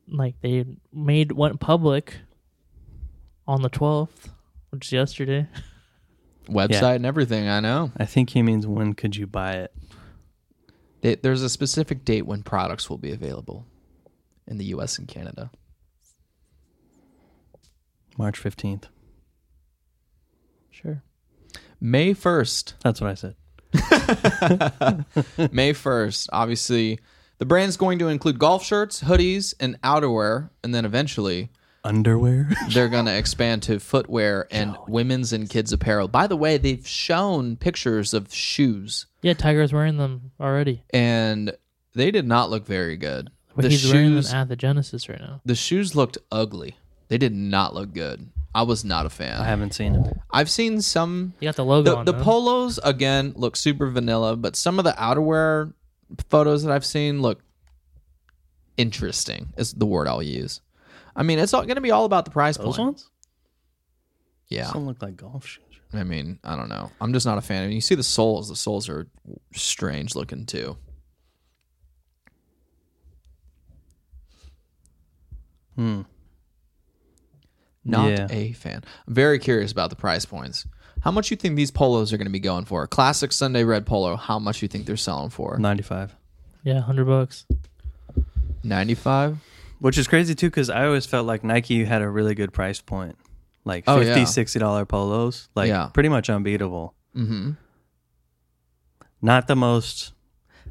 C: like they made went public on the twelfth, which is yesterday. [LAUGHS]
D: Website and everything. I know.
B: I think he means when could you buy it?
D: They, there's a specific date when products will be available in the U.S. and Canada.
B: March fifteenth.
D: Sure. May
C: [LAUGHS]
D: first.
B: That's what I said.
D: May 1st, obviously, the brand's going to include golf shirts, hoodies, and outerwear, and then eventually
B: Underwear. [LAUGHS]
D: they're going to expand to footwear and women's and kids apparel. By the way, they've shown pictures of shoes,
C: Yeah, Tiger's wearing them already.
D: and they did not look very good.
C: But
D: the
C: he's wearing them
D: shoes,
C: at the Genesis right now.
D: the shoes looked ugly. They did not look good. I was not a
B: I
D: fan.
B: haven't seen it.
D: I've seen some
C: You got the logo
D: the,
C: on
D: the
C: them.
D: polos again look super vanilla but some of the outerwear photos that i've seen look interesting is the word i'll use i mean it's all going to be all about the price
B: Those
D: point
B: ones?
D: yeah
B: Some look like golf shoes.
D: i mean i don't know i'm just not a fan and you see the soles the soles are strange looking too
B: Hmm.
D: not
B: Yeah.
D: a fan i'm very curious about the price points how much you think these polos are going to be going for classic sunday red polo how much you think they're selling for
B: Hmm. Ninety-five.
C: Yeah, hundred bucks.
D: 95
B: Which is crazy too, because I always felt like Nike had a really good price point, like
D: Oh,
B: fifty,
D: yeah.
B: sixty dollar polos, like
D: Yeah.
B: pretty much unbeatable.
D: mm-hmm
B: Not the most,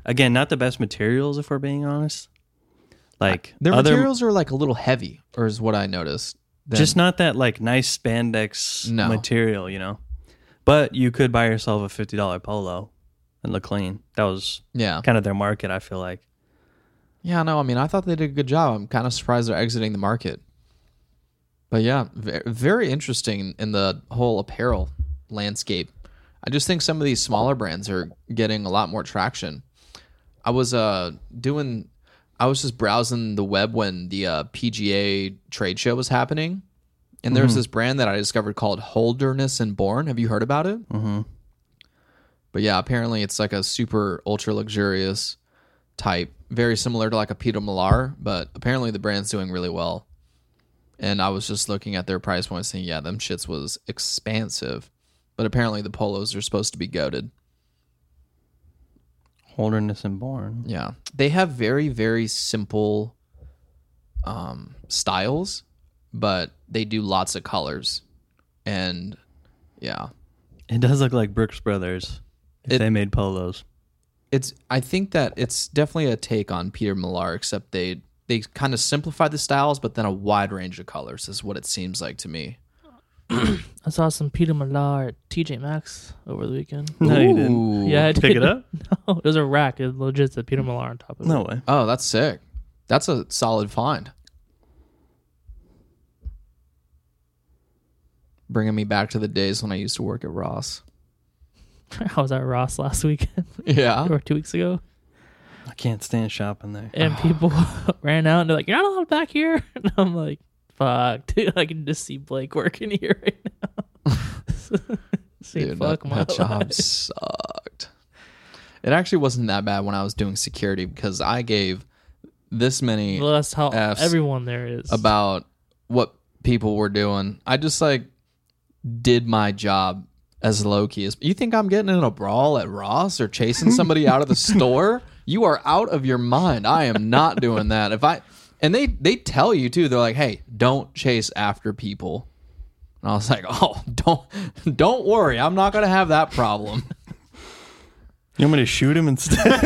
B: again, not the best materials if we're being honest. Like
D: their
B: other,
D: materials are like a little heavy or is what i noticed than-
B: just not that like nice spandex
D: No.
B: material, you know. But you could buy yourself a fifty dollar polo and look clean. That was
D: yeah
B: kind of their market. I feel like
D: Yeah, no, I mean, I thought they did a good job. I'm kind of surprised they're exiting the market. But yeah, ve- very interesting in the whole apparel landscape. I just think some of these smaller brands are getting a lot more traction. I was uh doing I was just browsing the web when the uh, PGA trade show was happening. And there's this brand that I discovered called Holderness and Born. Have you heard about it? But yeah, apparently it's like a super ultra luxurious type, very similar to like a Peter Millar, but apparently the brand's doing really well. And I was just looking at their price points and yeah, them shits was expansive. But apparently the polos are supposed to be goaded.
B: Holderness and Born.
D: Yeah. They have very, very simple um styles, but they do lots of colors. And yeah.
B: It does look like Brooks Brothers. If
D: It-
B: they made polos. [LAUGHS]
D: it's I think that it's definitely a take on Peter Millar, except they they kind of simplify the styles, but then a wide range of colors is what it seems like to me.
C: I saw some Peter Millar at TJ Maxx over the weekend.
B: No, you didn't.
D: Ooh.
C: Yeah, I
B: Pick
C: did.
B: it up?
C: [LAUGHS] No, it was a rack. It legit said Peter Millar on top of [LAUGHS] it.
B: No way.
D: Oh, that's sick. That's a solid find. Bringing me back to the days when I used to work at Ross.
C: I was at Ross
D: [LAUGHS]
C: last weekend
D: Yeah.
C: or two weeks ago,
B: I can't stand shopping there.
D: [SIGHS]
C: and people [LAUGHS] ran out and they're like, "You're not allowed back here." [LAUGHS] And I'm like, "Fuck, dude! I can just see Blake working [LAUGHS] here right now." [LAUGHS] see,
D: Dude,
C: fuck
D: that,
C: my
D: that job
C: life.
D: sucked. It actually wasn't that bad when I was doing security because I gave this many
C: [LAUGHS] Well, that's how
D: F's
C: everyone there is.
D: about what people were doing. I just like did my job as low key as you think I'm getting in a brawl at Ross or chasing somebody out of the store. You are out of your mind. I am not doing that. If I and they they tell you too, they're like, hey, don't chase after people. And I was like, oh, don't don't worry, I'm not gonna have that problem.
B: You want me to shoot him instead?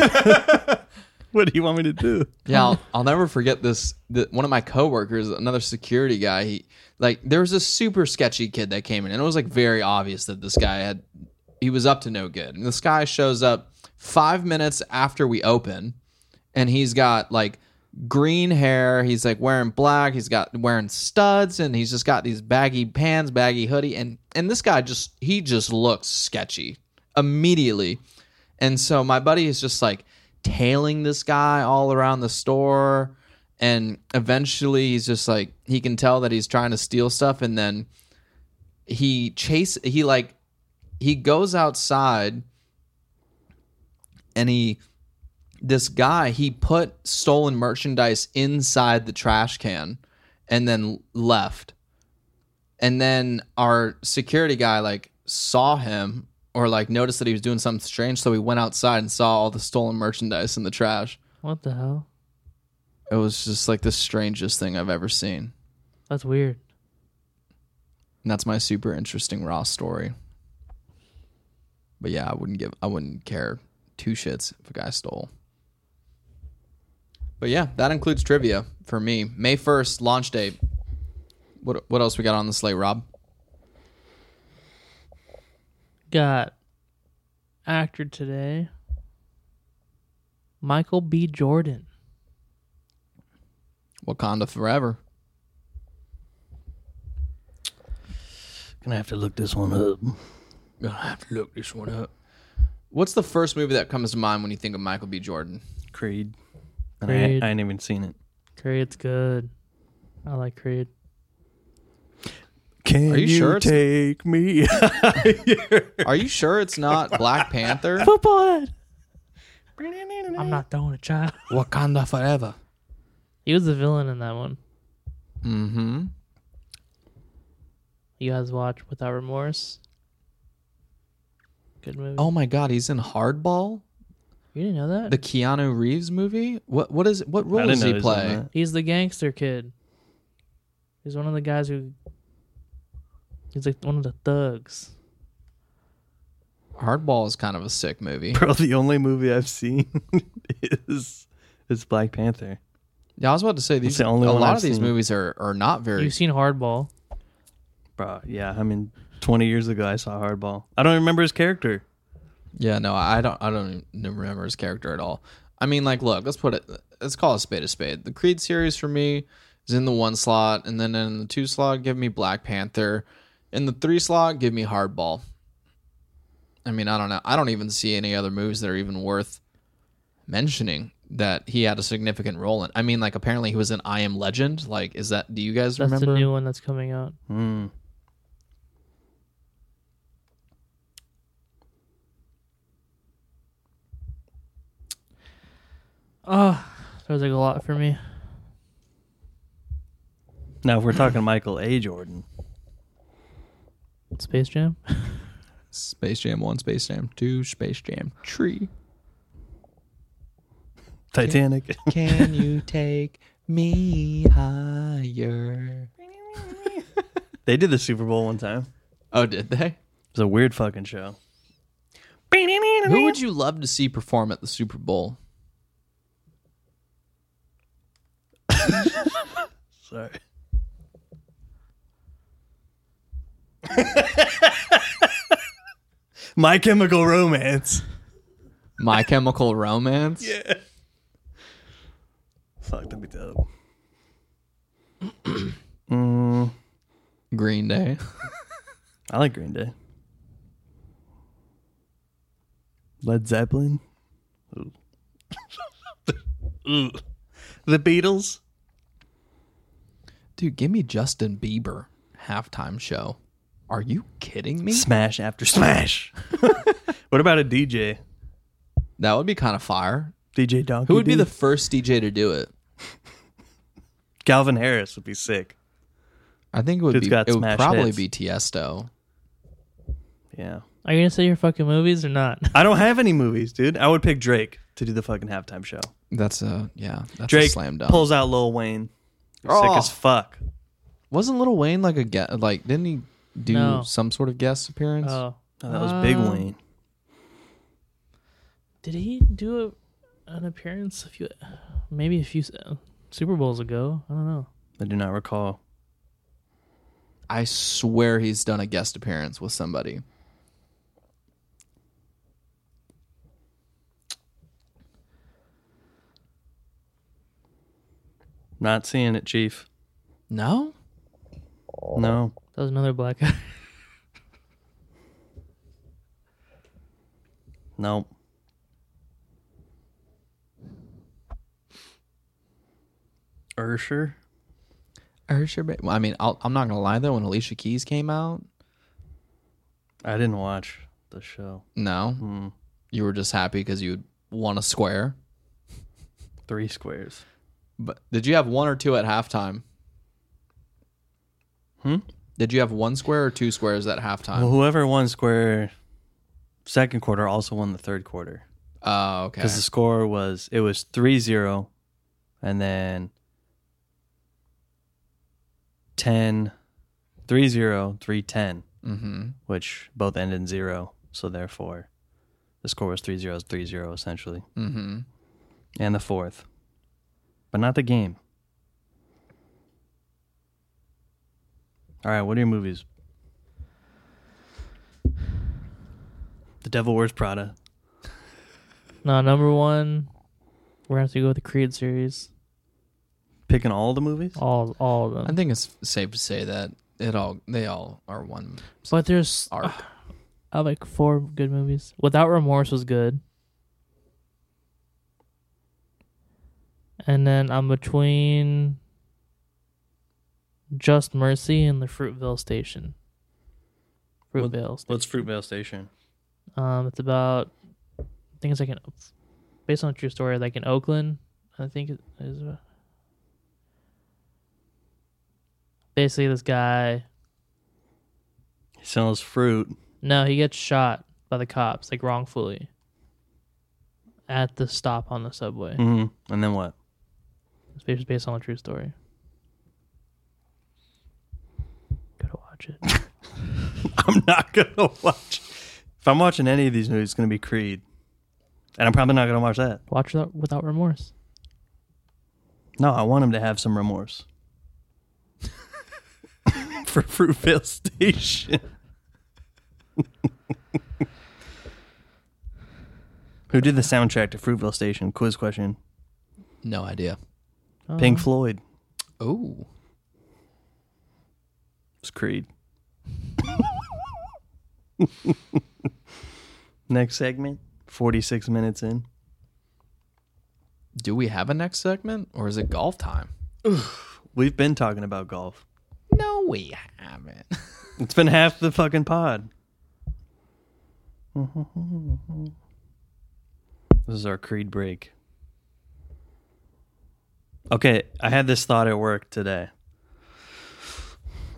B: what do you want me to do?
D: Yeah, I'll, I'll never forget this. The, one of my coworkers, another security guy, he like there was this super sketchy kid that came in, and it was like very obvious that this guy had he was up to no good. And this guy shows up five minutes after we open, and he's got like green hair. He's like wearing black. He's got wearing studs, and he's just got these baggy pants, baggy hoodie, and and this guy just he just looks sketchy immediately. And so my buddy is just like tailing this guy all around the store. And eventually he's just like, he can tell that he's trying to steal stuff. And then he chase, he like, he goes outside and he, this guy, he put stolen merchandise inside the trash can and then left. And then our security guy like saw him or like noticed that he was doing something strange, so we went outside and saw all the stolen merchandise in the trash.
C: What the hell?
D: It was just like the strangest thing I've ever seen.
C: That's weird.
D: And that's my super interesting raw story. But yeah, I wouldn't give I wouldn't care two shits if a guy stole. But yeah, that includes trivia for me. May 1st, launch date. What what else we got on the slate, Rob?
C: Got actor today. Michael B. Jordan.
D: Wakanda Forever.
B: [LAUGHS] Gonna have to look this one up.
D: Gonna have to look this one up. What's the first movie that comes to mind when you think of Michael B. Jordan?
B: Creed. And
C: Creed.
B: I, I ain't even seen it.
C: Creed's good. I like Creed.
B: Can
D: Are you you sure it's-
B: take me? [LAUGHS]
D: Are you sure it's not Black Panther?
C: Football head. I'm not throwing a child. [LAUGHS]
D: Wakanda Forever.
C: He was the villain in that one.
D: Mm-hmm.
C: You guys watch Without Remorse. Good movie.
D: Oh my God, he's in Hardball,
C: you didn't know that?
D: the Keanu Reeves movie. What what is what
B: I
D: role
B: didn't
D: does
B: know
D: he
B: was in
D: play?
B: that.
C: He's the gangster kid. He's one of the guys who. He's like one of the thugs.
D: Hardball is kind of a sick movie.
B: Bro, the only movie I've seen [LAUGHS] is is Black Panther.
D: Yeah, I was about to say these.
B: the only
D: a
B: one
D: lot
B: I've
D: of these
B: seen.
D: movies are are not very.
C: You've seen Hardball.
B: Bro, yeah, I mean, 20 years ago I saw Hardball. I don't remember his character.
D: Yeah, no, I don't. I don't even remember his character at all. I mean, like, look, let's put it. Let's call a spade a spade. The Creed series for me is in the one slot, and then in the two slot, give me Black Panther. In the three slot, give me Hardball. I mean, I don't know. I don't even see any other movies that are even worth mentioning that he had a significant role in. I mean, like, apparently he was in I Am Legend. Like, is that? Do you guys
C: That's
D: remember?
C: the new one that's coming out.
B: Hmm.
C: Oh, that was like a lot for me.
B: Now, if we're talking [LAUGHS] Michael A. Jordan,
C: Space Jam.
D: Space Jam One, Space Jam Two, Space Jam Three.
B: Titanic.
D: Can you take me higher?
B: [LAUGHS] they did the Super Bowl one time. It
D: Oh, did they?
B: was a weird fucking show.
D: Who would you love to see perform at the Super Bowl?
B: Sorry. My Chemical Romance.
D: My Chemical Romance? Yeah.
B: Fuck, that'd be dope. mm,
D: Green Day.
B: I like Green Day. Led Zeppelin. Ooh. Ooh. the Beatles.
D: Dude, give me Justin Bieber halftime show. Are you kidding me?
B: Smash after smash. [LAUGHS] what about a DJ?
D: That would be kind of fire.
B: DJ Donkey.
D: Who would be
B: D?
D: the first DJ to do it?
B: Calvin Harris would be sick.
D: I think it would
B: Dude's
D: be
B: got
D: it would
B: smash
D: probably
B: hits.
D: be Tiesto.
B: Yeah.
C: Are you gonna say your fucking movies or not?
B: I don't have any movies, dude. I would pick Drake to do the fucking halftime show.
D: That's a yeah, that's a
B: Drake
D: slam dunk.
B: pulls out Lil Wayne.
D: Oh.
B: Sick as fuck.
D: Wasn't Little Wayne like a guest? Like, didn't he do
C: No.
D: some sort of guest appearance?
C: Oh,
B: No, that was Big
D: Uh.
C: Um,
B: Wayne.
C: Did he do a, an appearance a few, maybe a few s- uh, Super Bowls ago? I don't know.
B: I do not recall.
D: I swear he's done a guest appearance with somebody.
B: Not seeing it, Chief.
D: No?
B: No.
C: That was another black guy. [LAUGHS]
B: Nope. Ursher?
D: Or sure, ba- well, I mean, I'll, I'm not gonna lie though. When Alicia Keys came out,
B: I didn't watch the show.
D: no, you were just happy because you won a square.
B: Three squares.
D: But did you have one or two at halftime?
B: Hmm?
D: Did you have one square or two squares at halftime?
B: Well, whoever won square second quarter also won the third quarter
D: Oh, okay.
B: because the score was it was 3-0 and then 10 3-0 3-10
D: mm-hmm.
B: which both end in 0 so therefore the score was 3-0 3-0 essentially
D: Mm-hmm.
B: and the fourth but not the game all right what are your movies the devil wears prada
C: No, number one, we're gonna have to go with the Creed series.
B: picking all the movies
C: All, all of
D: I
C: them.
D: think it's safe to say that it all they all are one
C: But there's
D: arc.
C: I like four good movies. Without Remorse was good. And then I'm between Just Mercy and the Fruitvale Station.
B: What-
C: Fruitvale Station.
B: what's fruitvale station
C: Um, it's about, I think it's like an, based on a true story, like in Oakland, I think it is. uh, Basically, this guy,
B: He sells fruit.
C: no, he gets shot by the cops, like wrongfully, at the stop on the subway.
B: hmm And then what? [LAUGHS]
C: It's based, based on a true story. Gotta watch
B: [LAUGHS]
C: it.
B: I'm not gonna watch. If I'm watching any of these movies, it's gonna be Creed, and I'm probably not gonna watch that.
C: Watch without, without remorse.
B: No, I want him to have some remorse [LAUGHS] for Fruitvale Station. [LAUGHS] Who did the soundtrack to Fruitvale Station? Quiz question.
D: No idea.
B: Pink
C: Oh.
B: Floyd.
D: Oh,
B: It's Creed. [LAUGHS] Next segment. Forty-six minutes in.
D: do we have a next segment or is it golf time?
B: We've been talking about golf.
D: No, we haven't. [LAUGHS]
B: It's been half the fucking pod. This is our creed break. Okay, I had this thought at work today.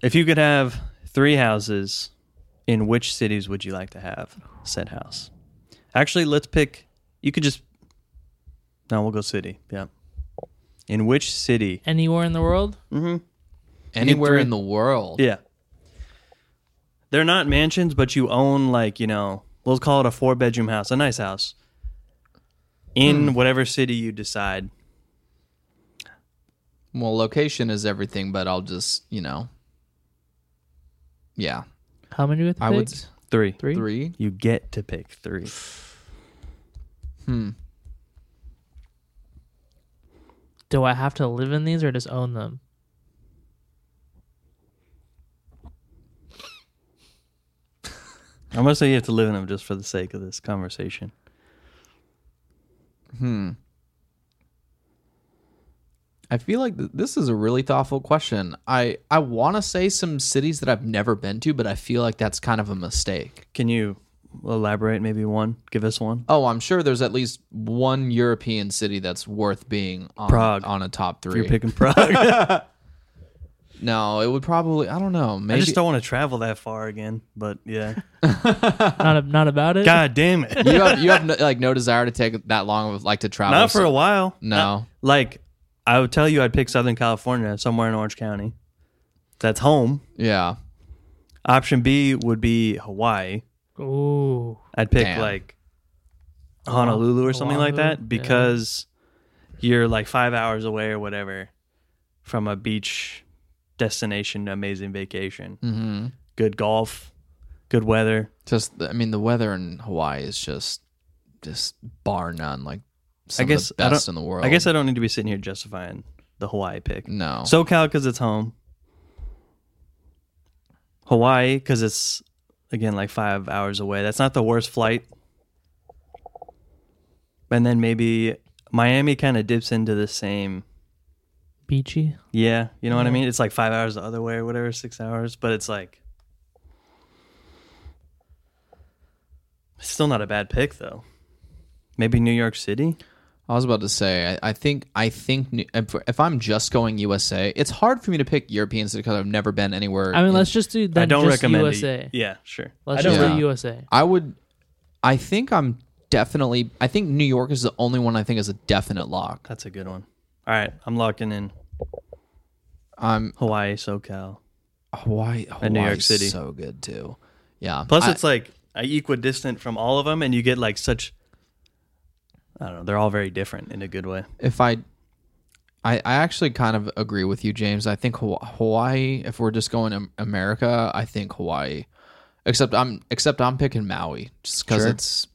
B: If you could have three houses, in which cities would you like to have said house? Actually, let's pick. You could just. No, we'll go city. Yeah. In which city?
C: Anywhere in the world?
D: Anywhere
B: three.
D: in the world.
B: Yeah. They're not mansions, but you own like, you know, let's call it a four bedroom house, a nice house. In whatever city you decide.
D: Well, location is everything, but I'll just you know. Yeah,
C: How many with
D: I would
C: pigs?
B: Three.
C: Three?
D: three.
B: You get to pick three.
C: Do I have to live in these or just own them?
B: I'm gonna say you have to live in them just for the sake of this conversation.
D: I feel like th- this is a really thoughtful question. I I want to say some cities that I've never been to, but I feel like that's kind of a mistake.
B: Can you elaborate maybe one? Give us one.
D: Oh, I'm sure there's at least one European city that's worth being on,
B: Prague.
D: on a top
B: You're
D: 3.
B: picking Prague. [LAUGHS] I
D: no, it would probably I don't know. Maybe
B: just don't want to travel that far again, but yeah. [LAUGHS]
C: not, a, not about it?
B: God damn
D: [LAUGHS]
B: it.
D: [LAUGHS] you have you have no, like no desire to take that long of like to travel.
B: Not for a while.
D: No.
B: Not- like I would tell you I'd pick Southern California, somewhere in Orange County. That's home.
D: yeah.
B: Option B would be Hawaii.
C: Ooh.
B: I'd pick
D: Damn.
B: like Honolulu or something like
C: Oahu, yeah.
B: that because you're like five hours away or whatever from a beach destination, amazing vacation,
D: Mhm.
B: good golf, good weather.
D: Just I mean the weather in Hawaii is just just bar none like some
B: I guess
D: of the
B: I
D: best
B: don't-
D: in the world.
B: I guess I don't need to be sitting here justifying the Hawaii pick.
D: no.
B: SoCal because it's home. Hawaii because it's again like five hours away. That's not the worst flight. And then maybe Miami kind of dips into the same.
C: Beachy?
B: Yeah, you know what I mean. It's like five hours the other way or whatever, six hours. But it's like it's still not a bad pick though. Maybe New York City.
D: I was about to say, I, I think, I think, New- if if I'm just going USA, it's hard for me to pick European city because I've never been anywhere.
C: I mean,
D: in-
C: let's just do then
B: I don't
C: just
B: recommend it.
C: USA.
B: Yeah, sure.
C: Let's
B: I don't
C: just
D: Yeah.
C: do USA.
D: I would, I think I'm definitely. I think New York is the only one I think is a definite lock.
B: That's a good one. All right, I'm locking in
D: I'm
B: Hawaii, SoCal.
D: Hawaii.
B: And New York
D: Hawaii's
B: City.
D: so good too. Yeah.
B: Plus,
D: I-
B: it's like uh, equidistant from all of them, and you get like such. I don't know. They're all very different in a good way.
D: if I, I, I actually kind of agree with you, James. I think Haw- Hawaii. If we're just going to America, I think Hawaii. Except I'm except I'm picking Maui just because
B: Sure.
D: it's.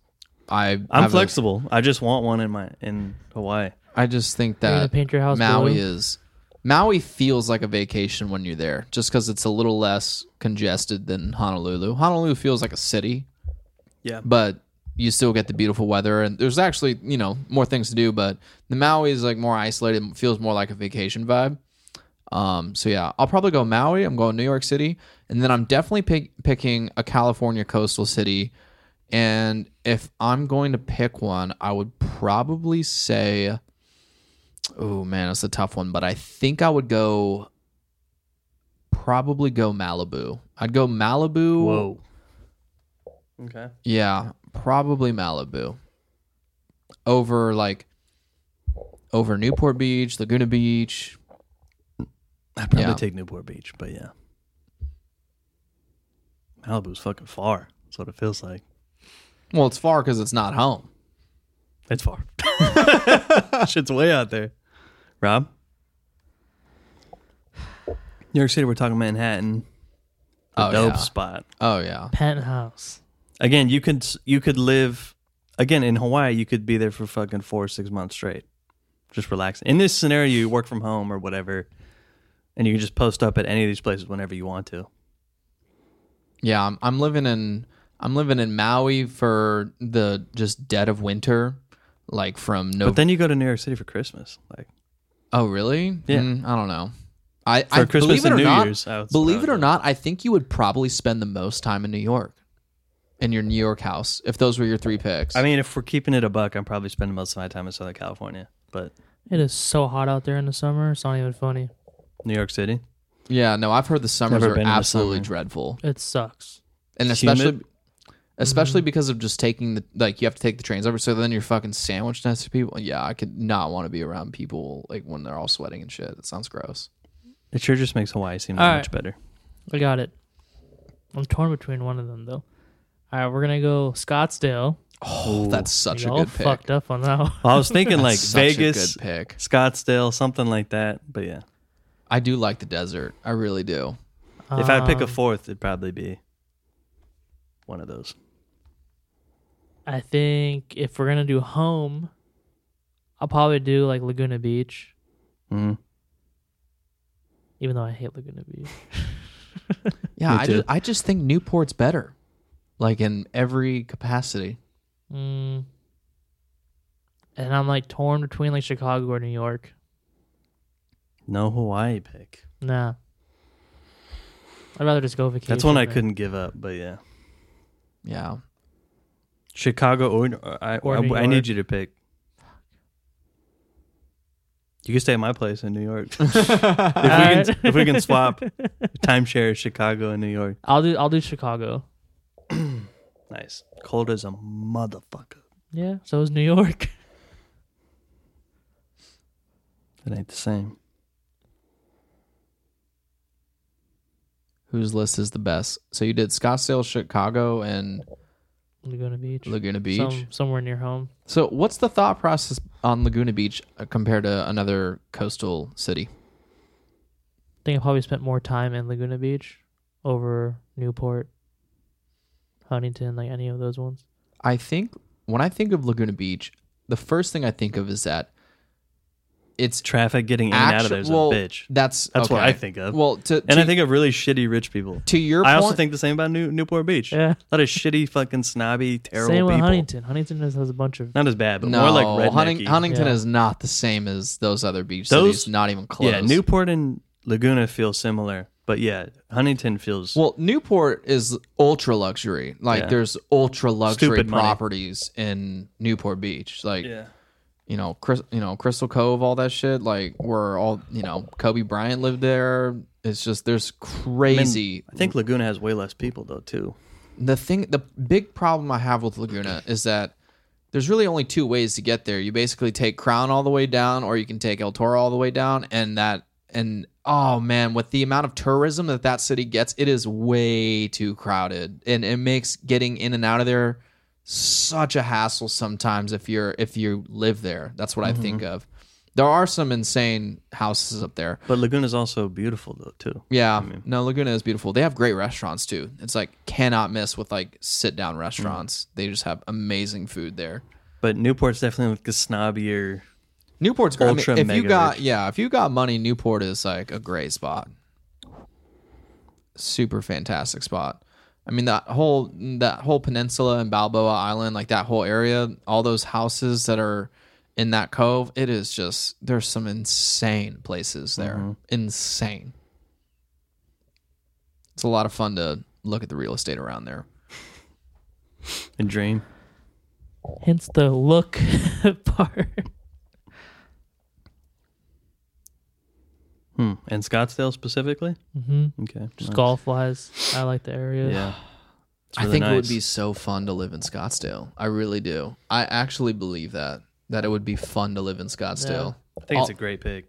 D: I
B: I'm
D: have a-
B: flexible. I just want one in my in Hawaii.
D: I just think
C: you gonna
D: that
C: paint your house
D: Maui
C: blue?
D: is Maui feels like a vacation when you're there, just because it's a little less congested than Honolulu. Honolulu feels like a city,
B: Yeah,
D: but you still get the beautiful weather and there's actually you know more things to do but the maui is like more isolated feels more like a vacation vibe um so yeah i'll probably go maui i'm going new york city and then i'm definitely pick, picking a california coastal city and if i'm going to pick one i would probably say oh man that's a tough one but i think i would go probably go malibu i'd go malibu
B: Whoa. Okay.
D: yeah, probably Malibu. Over like over Newport Beach, Laguna Beach.
B: I'd probably
D: Yeah.
B: take Newport Beach, but yeah. Malibu's fucking far. That's what it feels like.
D: Well, it's far because it's not home.
B: It's
D: [LAUGHS]
B: far. Shit's way out there. Rob? New York City, we're talking Manhattan. The
D: Oh,
B: dope
D: yeah.
B: spot.
D: Oh yeah.
C: penthouse.
B: Again, you could you could live again in Hawaii, you could be there for fucking four or six months straight. Just relaxing. In this scenario, you work from home or whatever, and you can just post up at any of these places whenever you want to.
D: Yeah, I'm, I'm living in I'm living in Maui for the just dead of winter, like from
B: But
D: November.
B: then you go to New York City for Christmas. Like
D: oh really?
B: Yeah.
D: Mm, I don't know. I,
B: For
D: I
B: Christmas
D: believe it
B: and
D: or
B: New
D: not,
B: Year's, I would- I
D: believe
B: would
D: it or
B: do.
D: not, I think you would probably spend the most time in New York, in your New York house, if those were your three picks.
B: I mean, if we're keeping it a buck, I'm probably spending most of my time in Southern California, but
C: It is so hot out there in the summer. It's not even funny.
B: New York City.
D: Yeah, no, I've heard the summers
B: Never
D: are
B: been in the
D: absolutely
B: summer.
D: dreadful,
C: It sucks.
D: and
B: It's
D: especially,
B: humid. Mm.
D: especially because of just taking the like you have to take the trains over, so then you're fucking sandwiched next to people. Yeah, I could not want to be around people like when they're all sweating and shit. It sounds gross.
B: It sure just makes Hawaii seem
C: All
B: that much
C: right.
B: better.
C: I got it. I'm torn between one of them though. All right, we're gonna go Scottsdale.
D: Oh, that's such
C: Y'all
D: a good pick.
C: fucked up on that one.
B: I was thinking like
D: [LAUGHS] That's such a
B: Vegas,
D: good pick.
B: Scottsdale, something like that. But yeah,
D: I do like the desert. I really do.
B: Uh, if I'd
C: Um,
B: pick a fourth, it'd probably be one of those.
C: I think if we're gonna do home, I'll probably do like Laguna Beach,
B: Mhm.
C: even though I hate Laguna Beach.
D: Yeah,
B: Me
D: I
B: too.
D: just, I just think Newport's better, like in every capacity.
C: Mm. And I'm like torn between like Chicago or New York.
B: No Hawaii pick.
C: Nah. I'd rather just go vacation.
B: That's one I
C: man.
B: couldn't give up. But yeah,
D: Yeah,
B: Chicago or, or I,
C: Or
B: I,
C: New
B: I need
C: York.
B: you to pick. You can stay at my place in New [LAUGHS] York. if, we can,
C: right.
B: if we can [LAUGHS] swap timeshare Chicago and New York.
C: I'll do I'll do Chicago.
B: Nice. Cold as a motherfucker.
C: Yeah, so is New York. [LAUGHS]
B: It ain't the same.
D: whose list is the best? So you did Scottsdale, Chicago, and
C: Laguna Beach.
D: Laguna Beach.
C: Some, somewhere near home.
D: So, what's the thought process on Laguna Beach uh, compared to another coastal city?
C: I think I probably spent more time in Laguna Beach over Newport, Huntington, like any of those ones.
D: I think when I think of Laguna Beach, the first thing I think of is that it's
B: Traffic getting in and out of
D: actu-
B: there's
D: well,
B: a bitch.
D: That's
B: That's what
D: okay.
B: I think of.
D: Well, to,
B: And
D: to-
B: I think of really shitty rich people.
D: to your
B: I
D: point,
B: also think the same about New- Newport Beach.
C: Yeah.
B: A lot of shitty, fucking snobby, terrible
C: Same with
B: people.
C: Huntington. Huntington has, has a bunch of
B: Not as bad, but
D: no,
B: more like rednecky.
D: Hunting, Huntington
C: Yeah.
D: is not the same as those other beach
B: Those-
D: cities. Not even close.
B: yeah, Newport and Laguna feel similar, but yeah, Huntington feels
D: Well, Newport is ultra luxury. Like
B: Yeah.
D: there's ultra luxury
B: Stupid money.
D: properties in Newport Beach. Like
B: yeah.
D: you know, Chris, you know, Crystal Cove, all that shit, like where all, you know, Kobe Bryant lived there. It's just there's
B: I mean,
D: crazy.
B: I think Laguna has way less people though too.
D: the thing the big problem I have with Laguna is that there's really only two ways to get there. You basically take Crown all the way down or you can take El Toro all the way down and that and oh man, with the amount of tourism that that city gets, it is way too crowded and it makes getting in and out of there such a hassle sometimes if you're if you live there. That's what I think of. There are some insane houses up there.
B: But Laguna's also beautiful though too.
D: Yeah. no, Laguna is beautiful. They have great restaurants too. It's like cannot miss with like sit down restaurants. They just have amazing food there.
B: But Newport's definitely like the snobbier.
D: Newport's great. I mean,
B: Ultra
D: if you
B: mega
D: got
B: rich.
D: yeah, if you got money, Newport is like a great spot. Super fantastic spot. I mean that whole that whole peninsula and Balboa Island, like that whole area, all those houses that are in that cove, it is just there's some insane places there. Insane. It's a lot of fun to look at the real estate around there.
B: A dream.
C: Hence the look [LAUGHS] part.
B: Hmm. And Scottsdale specifically.
C: hmm
D: Mm-hmm.
B: Okay.
C: Just
B: nice.
C: golf wise, I like the area.
B: Yeah. It's
D: I
B: really
D: think it would
B: nice.
D: be so fun to live in Scottsdale. I really do. I actually believe that that it would be fun to live in Scottsdale.
B: I think it's
D: I'll-
B: a great pick.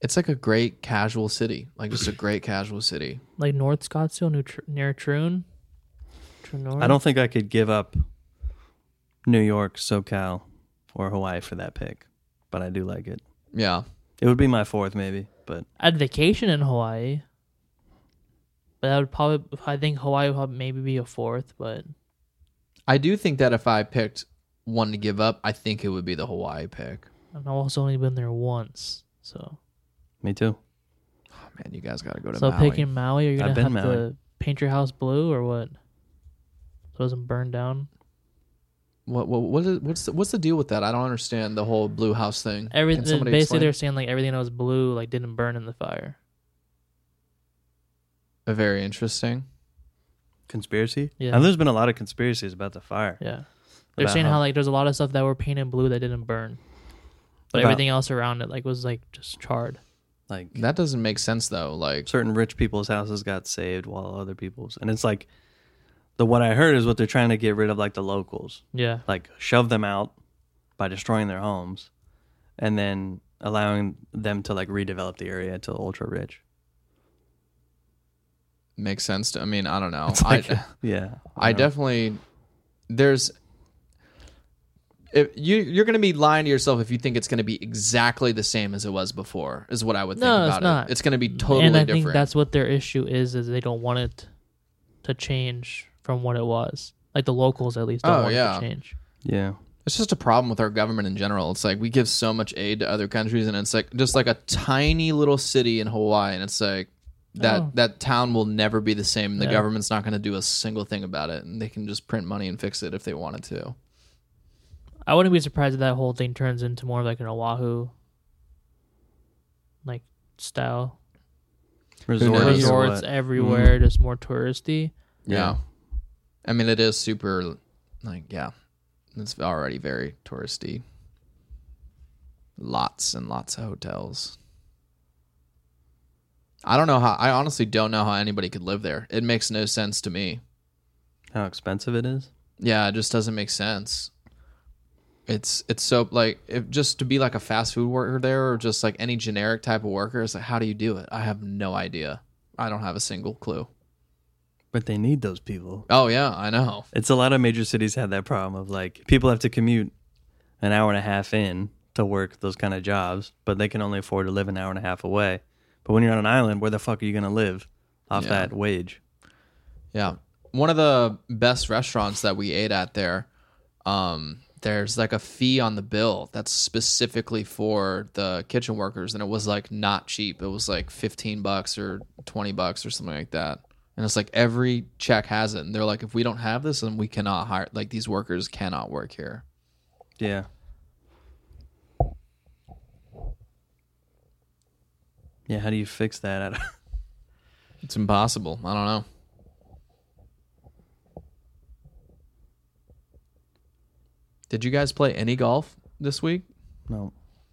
D: It's like a great casual city, like just a great casual city.
C: Like North Scottsdale near, Tr- near Troon. Troon North.
B: I don't think I could give up New York, SoCal, or Hawaii for that pick, but I do like it.
D: Yeah,
B: It would be my fourth, maybe, but
C: I'd vacation in Hawaii. But that would probably, I think Hawaii would probably maybe be a fourth, but
D: I do think that if I picked one to give up, I think it would be the Hawaii pick.
C: I've also only been there once. So,
B: me too.
D: Oh, man, you guys got to go to
C: so
D: Maui.
C: picking Maui, you're
B: I've
C: going to have
B: been Maui.
C: to paint your house blue or what? So it doesn't burn down.
D: What what what is, what's the, what's the deal with that? I don't understand the whole blue house thing. Can
C: Everything,
D: somebody
C: basically,
D: explain?
C: they're saying like everything that was blue, like didn't burn in the fire.
D: very interesting.
B: Conspiracy?
C: Yeah.
B: And there's been a lot of conspiracies about the fire.
C: Yeah. They're
B: About
C: saying how,
B: how-
C: like there's a lot of stuff that were painted blue that didn't burn. But
B: About-
C: everything else around it like was like just charred.
B: Like
D: That doesn't make sense though. Like
B: certain rich people's houses got saved while other people's. And it's like the what I heard is what they're trying to get rid of, like the locals,
C: Yeah.
B: like shove them out by destroying their homes and then allowing them to like redevelop the area to ultra rich.
D: makes sense to. I mean, I don't know.
B: Like,
D: I,
B: yeah.
D: I
B: know.
D: definitely there's if you you're going to be lying to yourself if you think it's going to be exactly the same as it was before is what I would think
C: No,
D: about
C: it's
D: it.
C: not.
D: It's going to be totally
C: and I
D: different.
C: think that's what their issue is is they don't want it to change from what it was. Like the locals at least don't
D: Oh,
C: want
D: yeah.
C: it to change.
B: Yeah.
D: it's just a problem with our government in general. It's like we give so much aid to other countries and it's like just like a tiny little city in Hawaii and it's like that
C: Oh.
D: that town will never be the same. The
C: Yeah.
D: government's not going to do a single thing about it and they can just print money and fix it if they wanted to.
C: I wouldn't be surprised if that whole thing turns into more of like an Oahu like style.
D: knows?
B: Resorts. or
C: Resorts
B: what?
C: everywhere, just more touristy.
D: Yeah.
B: Yeah.
D: I mean, it is super, like, yeah, it's already very touristy. Lots and lots of hotels. I don't know how, I honestly don't know how anybody could live there. It makes no sense to me.
B: How expensive it is?
D: Yeah, it just doesn't make sense. It's it's so like if just to be like a fast food worker there or just like any generic type of worker, it's like how do you do it? I have no idea. I don't have a single clue.
B: But they need those people.
D: Oh yeah, I know.
B: It's a lot of major cities have that problem of like people have to commute an hour and a half in to work those kind of jobs, but they can only afford to live an hour and a half away. But when you're on an island, where the fuck are you going to live off
D: Yeah.
B: that wage?
D: Yeah. One of the best restaurants that we ate at there, um, there's like a fee on the bill that's specifically for the kitchen workers. And it was like not cheap. It was like 15 bucks or 20 bucks or something like that. And it's like every check has it. And they're like, if we don't have this, then we cannot hire, like these workers cannot work here.
B: Yeah. Yeah, how do you fix that? [LAUGHS] I don't-
D: It's impossible. I don't know. Did you guys play any golf this week?
B: no.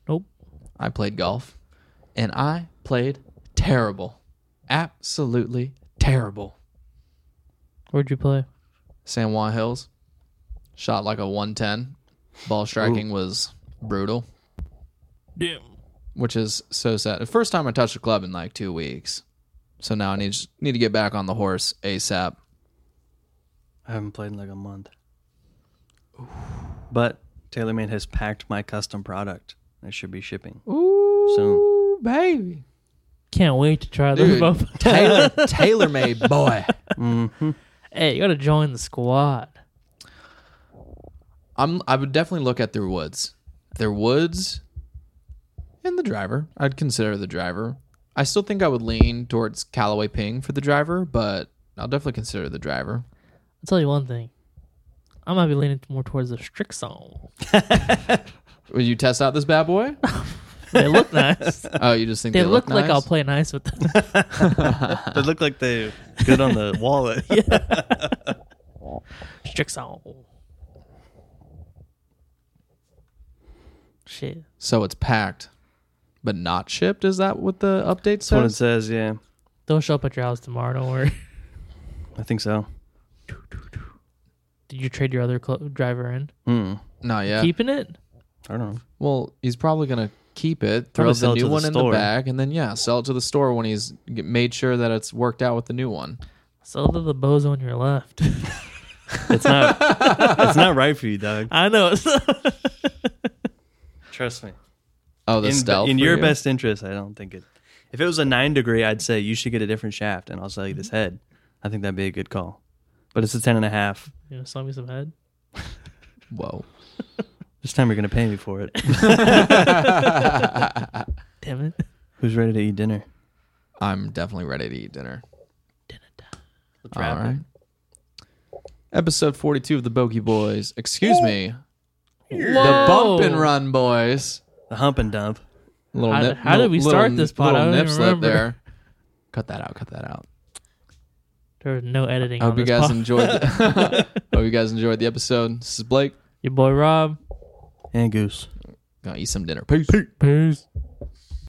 C: Nope.
D: I played golf and I played terrible. Absolutely terrible.
C: Where'd you play?
D: San Juan Hills. Shot like a 110. Ball striking was brutal,
C: Yeah.
D: which is so sad. The first time I touched a club in like two weeks. So now I need, need to get back on the horse ASAP.
B: I haven't played in like a month. But TaylorMade has packed my custom product. It should be shipping soon.
D: Ooh, baby.
C: Can't wait to try
D: Dude,
C: those. both.
D: Taylor, tailor made boy.
C: [LAUGHS] hey, you gotta join the squad.
D: I'm, I would definitely look at their woods. Their woods and the driver. I'd consider the driver. I still think I would lean towards Callaway Ping for the driver, but I'll definitely consider the driver.
C: I'll tell you one thing. I might be leaning more towards the Strixon.
D: Will you test out this bad
B: [LAUGHS]
D: boy?
C: They look nice. they,
D: Oh, you just think they,
C: look, like
D: nice?
C: I'll play nice with them.
B: They look like they good on [LAUGHS] the wallet.
C: Strixon. Shit.
D: So it's packed, but not shipped. Is that what the update
B: That's what it
D: says?
B: says. Yeah,
C: They'll show up at your house tomorrow. Don't worry. [LAUGHS]
B: I think so.
C: Did you trade your other clo- driver in?
B: Hmm.
D: Not yet.
C: Keeping it?
B: I don't know.
D: well, he's probably gonna keep it,
B: Probably
D: throw
B: sell it
D: the
B: to
D: new
B: the
D: one in the
B: store.
D: bag, and then yeah, sell it to the store when he's g- made sure that it's worked out with the new one.
C: Sell to the bozo on your left. [LAUGHS]
B: It's not. [LAUGHS] it's not right for you, Doug.
C: I [LAUGHS] know.
B: Trust me.
D: Oh, the
B: in,
D: stealth
B: in
D: for
B: your
D: you?
B: best interest, I don't think it. If it was a nine degree, I'd say you should get a different shaft, and I'll sell you this head. I think that'd be a good call. But it's a ten and a half.
C: you know, sell me some head.
D: Whoa.
B: This time you're gonna pay me for [LAUGHS] it.
C: Damn it.
B: Who's ready to eat dinner?
D: I'm definitely ready to eat dinner.
B: Let's
D: All
B: wrap it.
D: right. Episode 42 of the Bogey Boys. Excuse me. The Bump and Run Boys.
B: The hump and dump.
D: Little
C: How-
D: nip,
C: how did
D: little-
C: we
D: little
C: start
D: n-
C: this pod?
D: little
C: I don't
D: nip
C: even
D: slip
C: remember.
D: there. Cut that out. Cut that out.
C: There was no editing.
D: I hope
C: on
D: you
C: this
D: guys
C: pod.
D: enjoyed. The,
C: [LAUGHS]
D: [LAUGHS] hope you guys enjoyed the episode. This is Blake.
C: Your boy Rob.
B: And goose.
D: Gonna eat some dinner. Peace.
C: Peace.